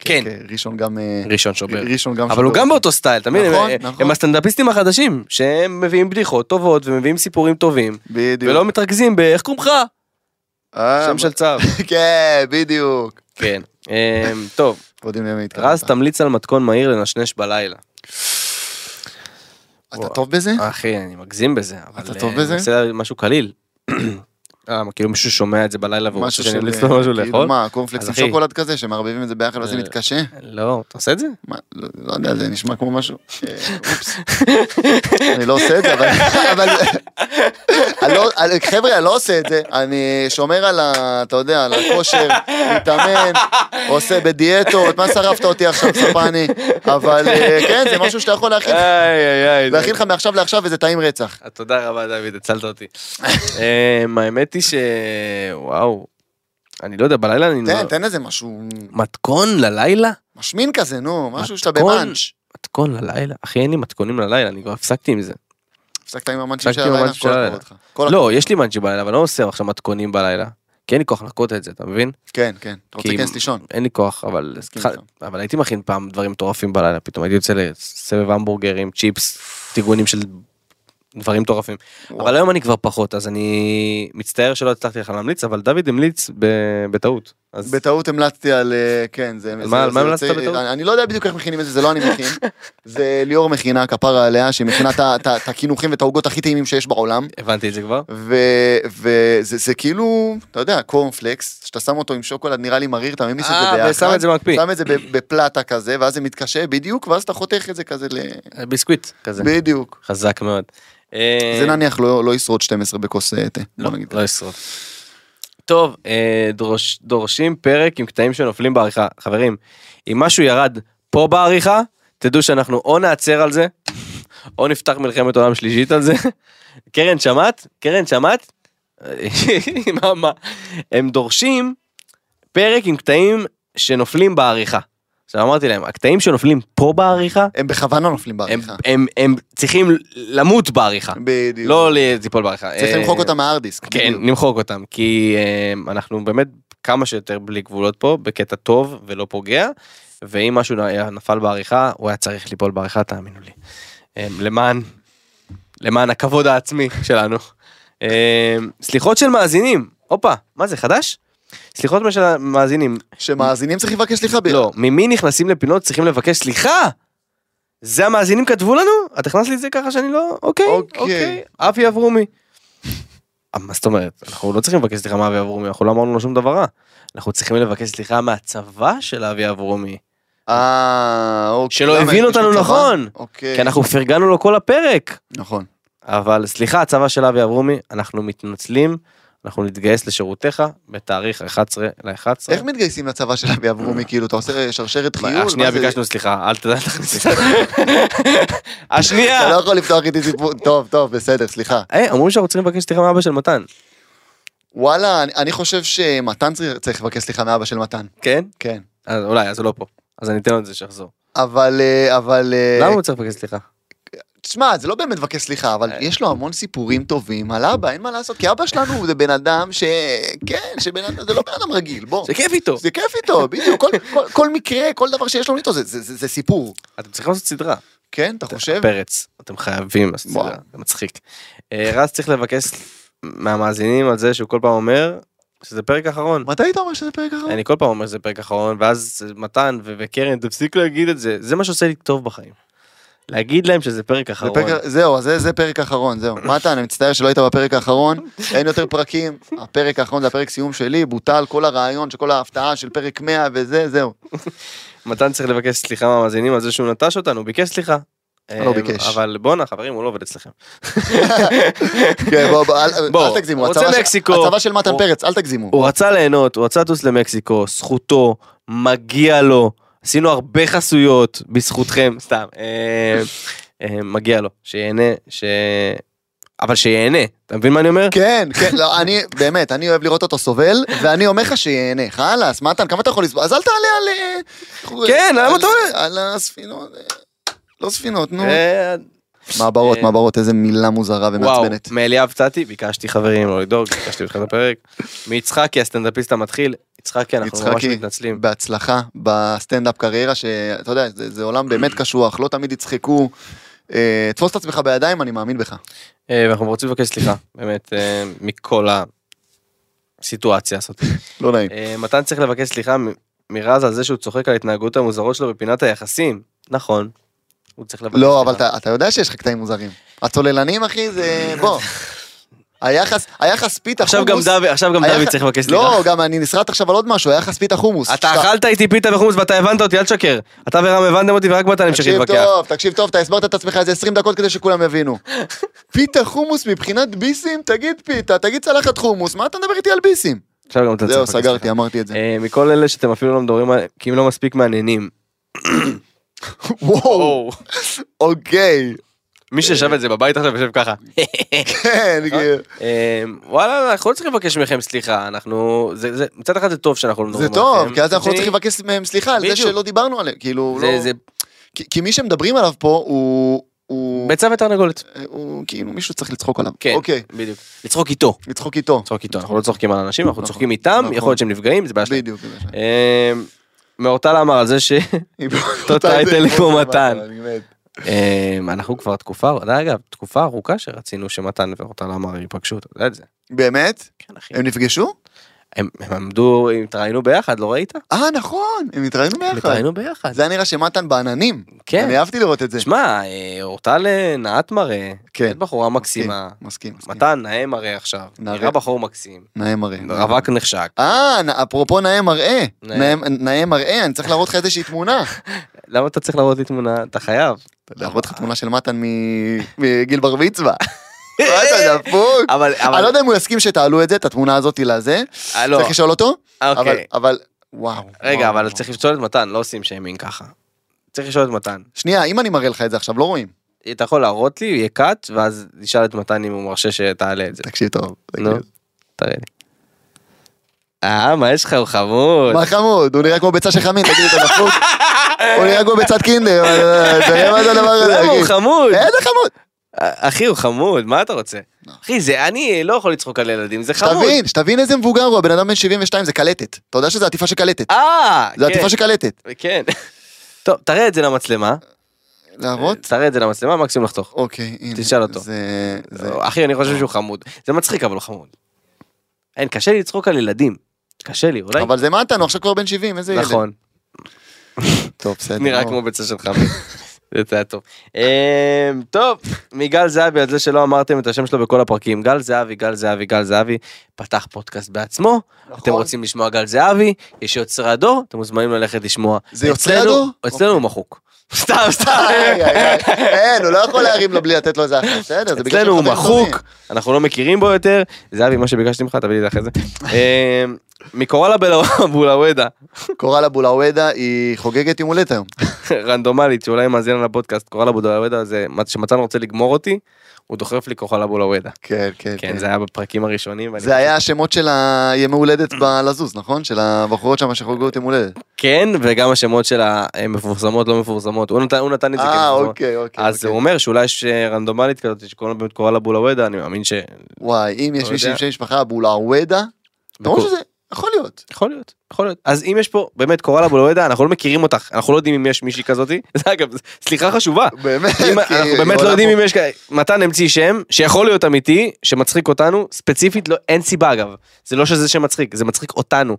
S3: כן,
S2: כן, ראשון גם... אה,
S3: ראשון שובר.
S2: ראשון גם
S3: אבל הוא
S2: שובר.
S3: גם באותו סטייל, אתה מבין?
S2: נכון,
S3: הם-
S2: נכון.
S3: הם הסטנדאפיסטים החדשים, שהם מביאים בדיחות טובות ומביאים סיפורים טובים,
S2: בדיוק.
S3: ולא מתרכזים באיך קוראים לך?
S2: אה,
S3: שם של צו.
S2: כן, בדיוק.
S3: כן. אמ, טוב,
S2: יודעים למי התכוונת.
S3: רז תמליץ על מתכון מהיר לנשנש בלילה.
S2: אתה טוב בזה?
S3: אה, אחי, אני מגזים בזה. אבל,
S2: אתה טוב
S3: אה,
S2: בזה?
S3: אני רוצה להגיד משהו קליל. למה, כאילו מישהו שומע את זה בלילה והוא רוצה
S2: משהו
S3: שאני
S2: של...
S3: אמליץ לו משהו
S2: כאילו,
S3: לאכול?
S2: מה, קורנפלקס
S3: אז
S2: עם
S3: אחי. אה.
S2: שוקולד כזה, שמערבבים את זה ביחד ועושים מתקשה?
S3: לא, אתה עושה את זה?
S2: מה, לא לא יודע, זה נשמע כמו משהו. אה, אופס. אני לא עושה את זה, אבל... אבל- אני לא- אני- חבר'ה, אני לא עושה את זה. אני שומר על ה... אתה יודע, על הכושר, מתאמן, עושה בדיאטות, מה שרפת אותי עכשיו, ספני? אבל אה, כן, זה משהו שאתה יכול להכין.
S3: אה, איי איי
S2: להכין לך מעכשיו לעכשיו וזה טעים רצח.
S3: אה, תודה רבה דוד, הצלת אותי. אמ, האמת היא ש... וואו. אני לא יודע, בלילה אני...
S2: תן,
S3: לא-
S2: תן איזה משהו
S3: מתכון ללילה?
S2: משמין כזה, נו, משהו שאתה
S3: מתכון?
S2: במאנץ'.
S3: מתכון ללילה? אחי, אין לי מתכונים ללילה, אני כבר הפסקתי עם זה.
S2: הפסקת עם המאנצ'ים של
S3: הפסקתי עם
S2: הלילה?
S3: המאנצ'ים
S2: כל
S3: של
S2: הכבוד
S3: הלילה.
S2: לך. כל הכבוד.
S3: לא, יש לי מאנצ'י בלילה, אבל לא עושה עכשיו מתכונים בלילה. כי אין לי כוח לחקות את זה, אתה מבין?
S2: כן, כן. אתה רוצה
S3: כי-
S2: להיכנס לישון?
S3: אין לי כוח, אבל...
S2: מסכים
S3: התחל-
S2: איתך.
S3: אבל הייתי מכין פעם דברים מטורפים בלילה, פתאום הייתי יוצא לסבב המבורגרים, צ'יפס, טיגונים של דברים מטורפים.
S2: וואו.
S3: אבל היום אני כבר פחות, אז אני מצטער שלא הצלחתי לך להמליץ, אבל דוד המליץ ב- בטעות. אז
S2: בטעות המלצתי על... אה, כן, זה...
S3: מה-
S2: זה-
S3: מה
S2: זה
S3: המלצת
S2: יוצא-
S3: בטעות?
S2: אני- אני לא יודע בדיוק איך מכינים את זה, זה לא אני מכין. זה ליאור מכינה, כפרה עליה, שהיא מכינה את ה- את ה- את הקינוחים ואת העוגות הכי טעימים שיש בעולם.
S3: הבנתי את זה כבר.
S2: וזה זה כאילו, אתה יודע, קורנפלקס, שאתה שם אותו עם שוקולד, נראה לי מריר, אתה ממיס את זה ביחד.
S3: אה, ושם את זה במקפיא.
S2: שם את זה ב- בפלטה כזה, ואז זה מתקשה בדיוק, ואז אתה חותך את זה כזה ל...
S3: ביסקוויט כזה.
S2: בדיוק.
S3: חזק מאוד.
S2: אה,
S3: אה,
S2: זה נניח לא לא ישרוד 12 בכוס אה, תה, בוא נגיד.
S3: לא ישרוד. טוב, אה, דרוש, דורשים פרק עם קטעים שנופלים בעריכה. חברים, אם משהו ירד פה בעריכה, תדעו שאנחנו או נעצר על זה, או נפתח מלחמת עולם שלישית על זה. קרן, שמעת? קרן, שמעת? מה, מה? הם דורשים פרק עם קטעים שנופלים בעריכה. עכשיו אמרתי להם, הקטעים שנופלים פה בעריכה,
S2: הם בכוונה נופלים
S3: הם,
S2: בעריכה.
S3: הם, הם צריכים למות בעריכה.
S2: בדיוק.
S3: לא ליפול בעריכה.
S2: צריך
S3: אה,
S2: למחוק אותם מהארדיסק.
S3: כן, נמחוק אותם, כי אה, אנחנו באמת כמה שיותר בלי גבולות פה, בקטע טוב ולא פוגע, ואם משהו היה נפל בעריכה, הוא היה צריך ליפול בעריכה, תאמינו לי. אה, למען, למען הכבוד העצמי שלנו. אה, סליחות של מאזינים, הופה, מה זה חדש? סליחות של מאזינים,
S2: שמאזינים צריך לבקש סליחה. ב-
S3: לא, ממי נכנסים לפינות צריכים לבקש סליחה? זה המאזינים כתבו לנו? את הכנסת לי את זה ככה שאני לא... אוקיי,
S2: אוקיי.
S3: אוקיי. אבי אברומי. אה, מה זאת אומרת? אנחנו לא צריכים לבקש סליחה מאבי אברומי, אנחנו לא אמרנו לו שום דבר רע. אנחנו צריכים לבקש סליחה מהצבא של אבי אברומי.
S2: אה, אוקיי.
S3: שלא
S2: למה, יש
S3: הבין אותנו
S2: מישהו
S3: נכון.
S2: צבא? אוקיי.
S3: כי אנחנו פרגנו לו כל הפרק.
S2: נכון.
S3: אבל סליחה, הצבא של אבי אברומי, אנחנו מתנצלים, אנחנו נתגייס לשירותך בתאריך 11 ל-11.
S2: איך מתגייסים לצבא של אבי אברומי? כאילו, אתה עושה שרשרת חיול? מה
S3: השנייה
S2: זה?
S3: אה, ביקשנו סליחה, אל ת- אל תכניס את זה. השנייה.
S2: אתה לא יכול לפתוח איתי סיפור. טוב, טוב, בסדר, סליחה.
S3: היי, אמרו אה, שאנחנו צריכים לבקש סליחה מאבא של מתן.
S2: וואלה, אני- אני חושב שמתן צריך- צריך לבקש סליחה מאבא של מתן.
S3: כן?
S2: כן.
S3: אז אולי, אז הוא לא פה. אז אני אתן לו את זה שיחזור.
S2: אבל, אה, אבל... אה,
S3: למה הוא צריך לבקש סליחה?
S2: תשמע, זה לא באמת מבקש סליחה,
S3: אה.
S2: אבל יש לו המון סיפורים טובים על אבא, אין מה לעשות, כי אבא שלנו הוא זה בן אדם ש... כן, שבן אדם, זה לא בן אדם רגיל, בוא.
S3: זה כאילו- כיף איתו.
S2: זה כיף איתו, בדיוק, כל, כל, כל מקרה, כל דבר שיש לנו איתו, זה, זה, זה, זה סיפור.
S3: אתם צריכים לעשות סדרה.
S2: כן, אתה חושב?
S3: פרץ, אתם חייבים לעשות
S2: וואו.
S3: סדרה, זה מצחיק. אה, רז צריך לבקש מהמאזינים על זה שהוא כל פעם אומר שזה פרק אחרון.
S2: מתי אתה אומר שזה פרק אחרון?
S3: אני כל פעם אומר שזה פרק אחרון, ואז מתן ו- וקרן, תפסיק להגיד את זה. זה מה שעושה לי טוב בחיים. להגיד להם שזה פרק
S2: זה
S3: אחרון.
S2: פרק, זהו, אז זה, זה פרק אחרון, זהו. מתן, אני מצטער שלא היית בפרק האחרון, אין יותר פרקים, הפרק האחרון זה הפרק סיום שלי, בוטל כל הרעיון של כל ההפתעה של פרק 100 וזה, זהו.
S3: מתן צריך לבקש סליחה מהמאזינים על זה שהוא נטש אותנו, הוא ביקש סליחה.
S2: לא
S3: אה,
S2: ביקש.
S3: אבל בואנה חברים, הוא לא עובד אצלכם.
S2: כן, בוא, בוא, אל,
S3: בוא,
S2: אל תגזימו,
S3: רוצה
S2: הצבא,
S3: מקסיקו.
S2: של, הצבא של מתן
S3: הוא-
S2: פרץ, אל תגזימו.
S3: הוא רצה ליהנות, הוא רצה לטוס למקסיקו, זכותו, מגיע לו, עשינו הרבה חסויות בזכותכם, סתם, אה, אה, מגיע לו, שיהנה, ש... אבל שיהנה, אתה מבין מה אני אומר?
S2: כן, כן, לא, אני, באמת, אני אוהב לראות אותו סבל, ואני אומר לך שיהנה, חלאס, מתן, כמה אתה יכול לסבול? אז אל תעלה על... אה,
S3: כן, למה
S2: על-
S3: אתה עולה?
S2: על הספינות, אה, לא ספינות, נו.
S3: אה,
S2: מעברות,
S3: אה,
S2: מעברות, איזה מילה מוזרה
S3: וואו,
S2: ומעצבנת.
S3: מאליאב צאתי, ביקשתי חברים לא לדאוג, ביקשתי בתחילת הפרק. מיצחקי הסטנדאפיסט המתחיל, יצחקי אנחנו ממש
S2: יצחקי,
S3: מתנצלים.
S2: בהצלחה בסטנדאפ קריירה, שאתה יודע, זה זה עולם באמת קשוח, לא תמיד יצחקו. אה, תפוס את עצמך בידיים, אני מאמין בך.
S3: אה, ואנחנו רוצים לבקש סליחה, באמת, אה, מכל הסיטואציה הזאת.
S2: לא נעים.
S3: אה, מתן צריך לבקש סליחה מ- מרז על זה שהוא צוחק על ההתנהגות המוזרות שלו בפינת היחסים. נכון. הוא צריך לבקש
S2: לא,
S3: סליחה.
S2: אבל אתה- אתה יודע שיש לך קטעים מוזרים. הצוללנים, אחי, זה... בוא. היחס, היחס פיתה
S3: עכשיו גם
S2: חומוס.
S3: דוד, עכשיו גם דוד
S2: היחס-
S3: צריך לבקש סליחה.
S2: לא, גם אני נסרט עכשיו על עוד משהו, היחס פיתה חומוס.
S3: אתה
S2: שאתה-
S3: אכלת איתי פיתה וחומוס ואתה הבנת אותי, אל תשקר. אתה ורם הבנתם אותי ורק מתן המשיך
S2: תקשיב
S3: להתווכח.
S2: טוב, תקשיב טוב, אתה הסברת את עצמך איזה 20 דקות כדי שכולם יבינו. פיתה חומוס מבחינת ביסים? תגיד פיתה, תגיד צלחת חומוס, מה אתה מדבר איתי על ביסים?
S3: עכשיו גם אתה לא צריך
S2: זהו,
S3: לבקש
S2: סגרתי,
S3: סליחה.
S2: אמרתי את זה.
S3: אה, מכל אלה שאתם אפילו לא מדברים, על- כי הם לא מספיק מעניינים.
S2: וואו, אוקיי.
S3: מי שישב את זה בבית עכשיו יושב ככה.
S2: כן, כאילו,
S3: אה, וואלה, אנחנו לא צריכים לבקש מכם סליחה, אנחנו... זה- זה- מצד אחד זה טוב שאנחנו לא
S2: זה
S3: מדברים
S2: טוב,
S3: עליכם.
S2: כי אז אנחנו
S3: מצד
S2: לא צריכים
S3: שני,
S2: לבקש מהם סליחה על זה
S3: בדיוק.
S2: שלא דיברנו עליהם, כאילו,
S3: זה-
S2: לא...
S3: זה
S2: כי- כי מי שמדברים עליו פה הוא... הוא...
S3: ביצה ותרנגולת.
S2: הוא כאילו מישהו צריך לצחוק עליו.
S3: כן,
S2: אוקיי,
S3: בדיוק. לצחוק איתו.
S2: לצחוק איתו.
S3: לצחוק איתו, אנחנו לא צוחקים על אנשים, אנחנו
S2: נכון,
S3: צוחקים איתם,
S2: נכון.
S3: יכול להיות שהם נפגעים, זה בעיה שלהם.
S2: בדיוק. זה מה שאני-
S3: אה, מאורטל אמר על זה ש... אותו טייטל כמו מתן. אה, אנחנו כבר תקופה, אגב, תקופה ארוכה שרצינו שמתן ואורטל אמר ייפגשו, אתה יודע את זה.
S2: באמת?
S3: כן, אחי.
S2: הם נפגשו?
S3: הם הם עמדו, הם התראיינו ביחד, לא ראית?
S2: אה, נכון, הם התראינו
S3: הם
S2: ביחד.
S3: התראיינו ביחד.
S2: זה היה נראה שמתן בעננים.
S3: כן.
S2: אני אהבתי לראות את זה.
S3: שמע, אה, אורטל אה, נעת מראה,
S2: כן.
S3: באמת בחורה
S2: מסכים,
S3: מקסימה.
S2: כן, מסכים, מסכים.
S3: מתן נאה מראה עכשיו,
S2: נאה.
S3: נראה בחור מקסים,
S2: נאה מראה.
S3: רווק נחשק.
S2: אה, נ- אפרופו נאה מראה.
S3: נאה.
S2: נאה- נאה מראה, אני צריך להראות לך איזושהי תמונה.
S3: למה אתה צריך להראות לי תמונה? אתה חייב.
S2: להראות לך תמונה של מתן מ- מגיל בר מצווה. מה אתה דפוק?
S3: אבל,
S2: אני לא
S3: אבל,
S2: יודע אם הוא יסכים שתעלו את זה, את התמונה הזאתי לזה.
S3: אה, לא,
S2: צריך לשאול אותו. אבל,
S3: אוקיי.
S2: אבל, וואו.
S3: רגע,
S2: וואו,
S3: אבל
S2: וואו.
S3: צריך לשאול את מתן, לא עושים שיימינג ככה. צריך לשאול את מתן.
S2: שנייה, אם אני מראה לך את זה עכשיו, לא רואים.
S3: אתה יכול להראות לי, יהיה קאט, ואז נשאל את מתן אם הוא מרשה שתעלה את זה.
S2: תקשיב טוב. תקשיב.
S3: נו, תראה לי. אה, מה יש לך, הוא חמוד.
S2: מה חמוד, הוא נראה כמו ביצה של חמין, תגיד, אתה דפוק? הוא נראה כמו ביצת קינדר, אבל, תראה מה זה הדבר הזה,
S3: למה, הוא
S2: אחי.
S3: חמוד.
S2: איזה חמוד.
S3: אחי, הוא חמוד, מה אתה רוצה? אחי, זה, אני לא יכול לצחוק על ילדים, זה חמוד.
S2: תבין, שתבין איזה מבוגר הוא, הבן אדם בן 72, זה קלטת. אתה יודע שזה עטיפה של קלטת.
S3: אה,
S2: זה
S3: כן,
S2: עטיפה של קלטת.
S3: כן. טוב, תראה את זה למצלמה.
S2: להראות?
S3: תראה את זה למצלמה, מקסימום לחתוך.
S2: אוקיי, הנה.
S3: אה, תשאל אותו. לא,
S2: זה... זה-
S3: אחי, אני חושב שהוא חמוד. זה מצחיק, אבל הוא חמוד. אין, קשה לי לצחוק על ילדים. קשה לי, אולי.
S2: אבל זה מה הוא עכשיו כבר בן 70, איזה ילד.
S3: נכון.
S2: טוב, בסדר.
S3: נראה
S2: נו.
S3: כמו ביצה של חמי. זה היה טוב. אמ, טוב, מגל זהבי על זה שלא אמרתם את השם שלו בכל הפרקים. גל זהבי, גל זהבי, גל זהבי, פתח פודקאסט בעצמו.
S2: נכון.
S3: אתם רוצים לשמוע גל זהבי, יש יוצרי הדור, אתם מוזמנים ללכת לשמוע.
S2: זה יוצרי
S3: אצלנו-
S2: הדור? אוקיי.
S3: אצלנו הוא מחוק. סתם, סתם.
S2: איי, איי, איי. אין, הוא לא יכול להרים לו בלי לתת לו איזה אחת, בסדר, זה בגלל
S3: אצלנו הוא
S2: שהם חברים טובים.
S3: מחוק, אנחנו לא מכירים בו יותר. זהבי, מה שביקשתי ממך, תביא לי את זה אחרי זה. אמ, מקורלה בולאוודה,
S2: קורל בולאוודה היא חוגגת יום הולדת היום. כן,
S3: רנדומלית שאולי מאזין על הפודקאסט קורלה בולאוודה זה שמצאן רוצה לגמור אותי הוא דוחף לי קורלה בולאוודה.
S2: כן, כן,
S3: כן זה היה בפרקים הראשונים. ואני-
S2: זה היה השמות של הימי הולדת בלזוז, נכון? של הבחורות שם שחוגגות יום הולדת.
S3: כן וגם השמות של המפורסמות לא מפורסמות הוא נתן הוא נתן לי את זה
S2: אה,
S3: כמפורסמות.
S2: אוקיי, אוקיי.
S3: אז הוא
S2: אוקיי.
S3: אומר שאולי יש אה, רנדומלית כזאת שקוראים לה באמת קורלה בולאוודה אני מאמין ש...
S2: וואי, אם יש
S3: לא
S2: מישהו עם
S3: יודע.
S2: שם משפחה בולאוודה, אתה אומר שזה יכול להיות.
S3: יכול להיות יכול להיות אז אם יש פה באמת קורלה בולאוודה אנחנו לא מכירים אותך אנחנו לא יודעים אם יש מישהי כזאתי זה אגב סליחה חשובה.
S2: באמת,
S3: אם-
S2: כן, כי
S3: אנחנו באמת לא
S2: עולה
S3: יודעים
S2: פה-
S3: אם יש כאלה, מתן המציא שם שיכול להיות אמיתי, שמצחיק אותנו, ספציפית לא, אין סיבה אגב, זה לא שזה שם מצחיק, זה מצחיק אותנו.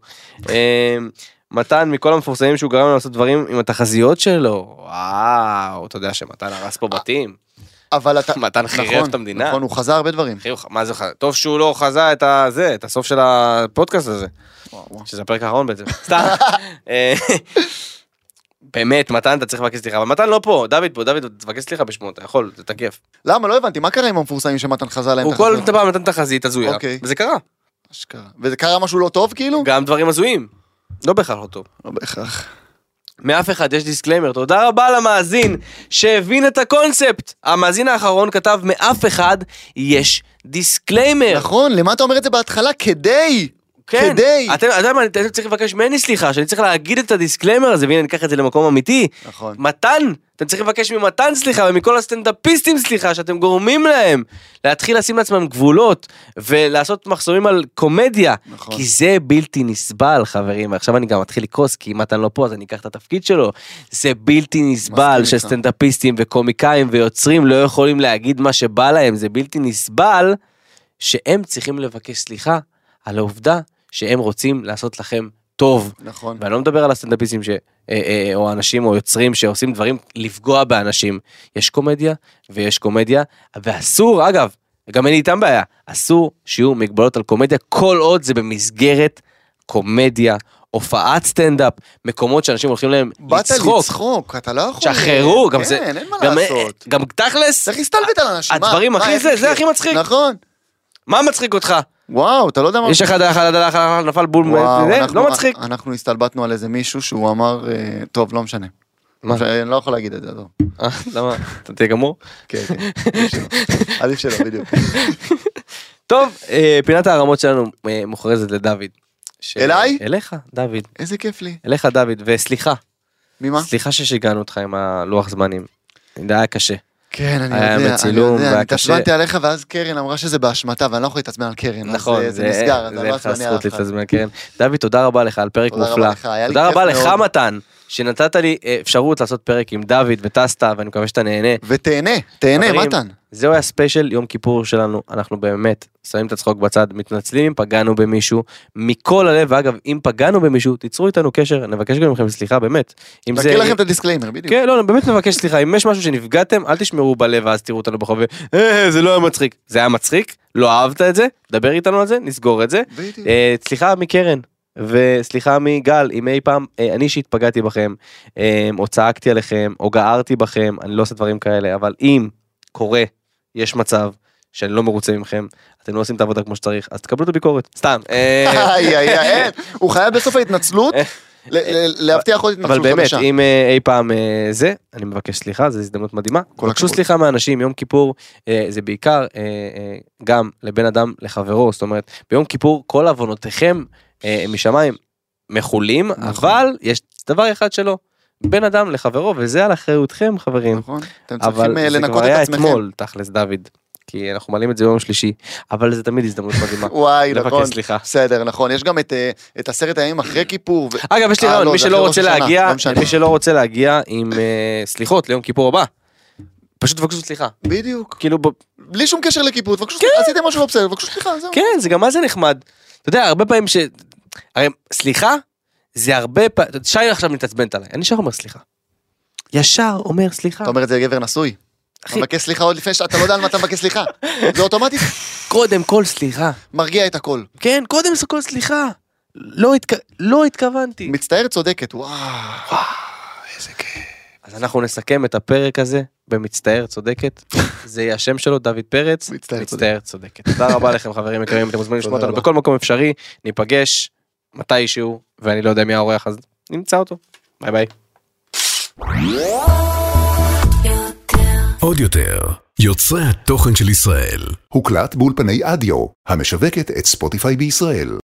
S3: אמ, מתן מכל המפורסמים שהוא גרם לנו לעשות דברים עם התחזיות שלו, וואו, אתה יודע שמתן הרס פה בתים,
S2: אבל אתה...
S3: מתן חירב
S2: נכון,
S3: את המדינה.
S2: נכון, הוא חזה הרבה דברים.
S3: חיוך, מה זה, ח- טוב שהוא לא חזה את הזה, את הסוף של הפודקאסט הזה, שזה הפרק האחרון בעצם, סתם. אה, באמת, מתן, אתה צריך לבקש סליחה, אבל מתן לא פה, דוד פה, דוד, תבקש סליחה בשמו, אתה יכול, זה תקף.
S2: למה? לא הבנתי, מה קרה עם המפורסמים שמתן חזה להם
S3: הוא כל פעם נתן תחזית הזויה,
S2: אוקיי.
S3: וזה קרה.
S2: אשכרה. וזה קרה משהו לא טוב כאילו?
S3: גם דברים הזויים. לא בהכרח לא טוב.
S2: לא בהכרח.
S3: מאף אחד, יש דיסקליימר. תודה רבה למאזין שהבין את הקונספט. המאזין האחרון כתב, מאף אחד יש דיסקליימר.
S2: נכון, למה אתה אומר את זה בהתחלה? כדי!
S3: כן,
S2: כדי!
S3: אתם אתה יודע מה, אתם צריכים לבקש ממני סליחה, שאני צריך להגיד את הדיסקליימר הזה, והנה אני אקח את זה למקום אמיתי.
S2: נכון.
S3: מתן, אתם צריכים לבקש ממתן סליחה ומכל הסטנדאפיסטים סליחה שאתם גורמים להם להתחיל לשים לעצמם גבולות ולעשות מחסומים על קומדיה.
S2: נכון.
S3: כי זה בלתי נסבל חברים, ועכשיו אני גם מתחיל לכעוס כי אם מתן לא פה אז אני אקח את התפקיד שלו. זה בלתי נסבל
S2: מסכים איתך.
S3: שסטנדאפיסטים וקומיקאים ויוצרים לא יכולים להגיד מה שבא להם, זה בלתי נסבל שהם צריכים לבקש סליחה על העובדה שהם רוצים לעשות לכם טוב.
S2: נכון.
S3: ואני לא מדבר על הסטנדאפיסטים ש... אה, אה, או אנשים או יוצרים שעושים דברים לפגוע באנשים. יש קומדיה ויש קומדיה, ואסור, אגב, גם אין לי איתם בעיה, אסור שיהיו מגבלות על קומדיה כל עוד זה במסגרת קומדיה, הופעת סטנדאפ, מקומות שאנשים הולכים להם
S2: באת
S3: לצחוק.
S2: לצחוק, אתה לא יכול...
S3: שחררו, גם
S2: כן,
S3: זה...
S2: כן, אין מה
S3: גם-
S2: לעשות.
S3: גם תכלס,
S2: צריך להסתלבט על אנשים. מה?
S3: הדברים
S2: מה,
S3: הכי
S2: איך
S3: זה,
S2: נחיה?
S3: זה הכי מצחיק.
S2: נכון.
S3: מה מצחיק אותך?
S2: וואו, אתה לא יודע מה...
S3: יש אחד, אחד, אחד, אחד, נפל בול,
S2: וואו,
S3: זה,
S2: אנחנו-
S3: לא מצחיק.
S2: אנחנו הסתלבטנו על איזה מישהו שהוא אמר, אה, טוב, לא משנה.
S3: מה?
S2: אני לא יכול להגיד את זה, עזוב.
S3: אה, למה? אתה תהיה גמור?
S2: כן, כן, עדיף שלא. עדיף שלא, בדיוק.
S3: טוב, אה, פינת הערמות שלנו אה, מוכרזת לדוד. ש-
S2: אליי?
S3: אליך, דוד.
S2: איזה כיף לי.
S3: אליך, דוד, וסליחה.
S2: ממה?
S3: סליחה ששיגענו אותך עם הלוח זמנים. זה היה קשה.
S2: כן, אני
S3: היה
S2: יודע, אני
S3: בצילום,
S2: יודע,
S3: והיה
S2: אני
S3: קשה.
S2: התעצבנתי עליך, ואז קרן אמרה שזה באשמתה, ואני לא יכול להתעצבן על קרן. אז,
S3: נכון,
S2: אה, זה נסגר, אז
S3: זה
S2: אני לא
S3: אין לך
S2: עצבני על
S3: הזכות
S2: אף אחד.
S3: להתעזמן, כן. דוד, תודה רבה לך על פרק
S2: תודה רבה
S3: מופלא.
S2: לך, היה לי
S3: תודה
S2: כיף
S3: רבה לך,
S2: מאוד.
S3: מתן, שנתת לי אה, אפשרות לעשות פרק עם דוד וטסת, ואני מקווה שאתה נהנה.
S2: ותהנה, תהנה,
S3: חברים,
S2: מתן.
S3: זהו היה ספיישל יום כיפור שלנו, אנחנו באמת שמים את הצחוק בצד, מתנצלים אם פגענו במישהו, מכל הלב, ואגב, אם פגענו במישהו, תיצרו איתנו קשר, נבקש גם מכם סליחה, באמת. אם
S2: נקריא לכם את הדיסקליימר, בדיוק.
S3: כן, לא, לא, באמת מבקש סליחה, אם יש משהו שנפגעתם, אל תשמרו בלב ואז תראו אותנו בחוב, "אה, זה לא היה מצחיק. זה היה מצחיק, לא אהבת את זה, דבר איתנו על זה, נסגור את זה.
S2: בדיוק.
S3: אה, סליחה מקרן. וסליחה מגל, אם אי פעם אה, אני אישית פגעתי בכם, אה, או צעקתי עליכם, או גערתי בכם, אני לא עושה דברים כאלה, אבל אם קורה, יש מצב שאני לא מרוצה מכם, אתם לא עושים את העבודה כמו שצריך, אז תקבלו את הביקורת, סתם. אה,
S2: איי, איי, איי, אין. הוא חייב בסוף ההתנצלות, ל- ל- להבטיח עוד
S3: אבל
S2: התנצלות
S3: באמת,
S2: חדשה.
S3: אם אה, אי פעם אה, זה, אני מבקש סליחה, זו הזדמנות מדהימה.
S2: כל
S3: בקשו
S2: הכבוד.
S3: סליחה מאנשים, יום כיפור אה, זה בעיקר אה, אה, גם לבן אדם לחברו, זאת אומרת, ביום כיפור כל עוונותיכם אה, משמיים מחולים,
S2: נכון.
S3: אבל יש דבר אחד שלא, בין אדם לחברו, וזה על אחריותכם חברים.
S2: נכון? אתם צריכים אה,
S3: אבל זה
S2: לנקות
S3: כבר
S2: את
S3: היה
S2: עצמכם.
S3: אתמול, תכלס דוד, כי אנחנו מעלים את זה ביום שלישי, אבל זה תמיד הזדמנות מדהימה.
S2: וואי,
S3: לבקש
S2: נכון.
S3: סליחה.
S2: בסדר, נכון. יש גם את, אה, את עשרת הימים אחרי כיפור. ו-
S3: אגב, יש לי
S2: אה,
S3: רעיון,
S2: לא,
S3: מי
S2: זה
S3: שלא
S2: אחרי
S3: רוצה
S2: ראש השנה,
S3: להגיע,
S2: לא משנה.
S3: מי שלא רוצה להגיע עם אה, סליחות ליום כיפור הבא, פשוט תבקשו סליחה.
S2: בדיוק.
S3: כאילו, ב-
S2: בלי שום קשר לכיפור, תבקשו סליחה, עשיתם משהו לא בסדר, תבקשו סליחה, זהו.
S3: כן, זה גם מה זה נחמד. אתה יודע, הרבה פעמים ש... הרי, סליחה, זה הרבה פעמים... שי עכשיו מתעצבנת עליי, אני ישר אומר סליחה. ישר אומר סליחה.
S2: אתה אומר את זה לגבר נשוי. אתה
S3: אחי.
S2: מבקש סליחה עוד לפני שאתה לא יודע על מה אתה מבקש סליחה. זה אוטומטית
S3: קודם כל סליחה.
S2: מרגיע את הכל.
S3: כן, קודם כל סליחה. לא, התכ... לא התכוונתי.
S2: מצטער צודקת, וואו.
S3: אז אנחנו נסכם את הפרק הזה במצטער צודקת. זה יהיה השם שלו, דוד פרץ.
S2: מצטער צודקת.
S3: מצטער צודקת. תודה רבה לכם חברים יקרים, אתם מוזמנים לשמוע
S2: תודה
S3: אותנו
S2: רבה.
S3: בכל מקום אפשרי, ניפגש מתישהו, ואני לא יודע מי האורח אז נמצא אותו. ביי ביי.
S1: עוד יותר, יוצרי התוכן של ישראל.
S4: הוקלט באולפני אדיו, המשווקת את ספוטיפיי בישראל.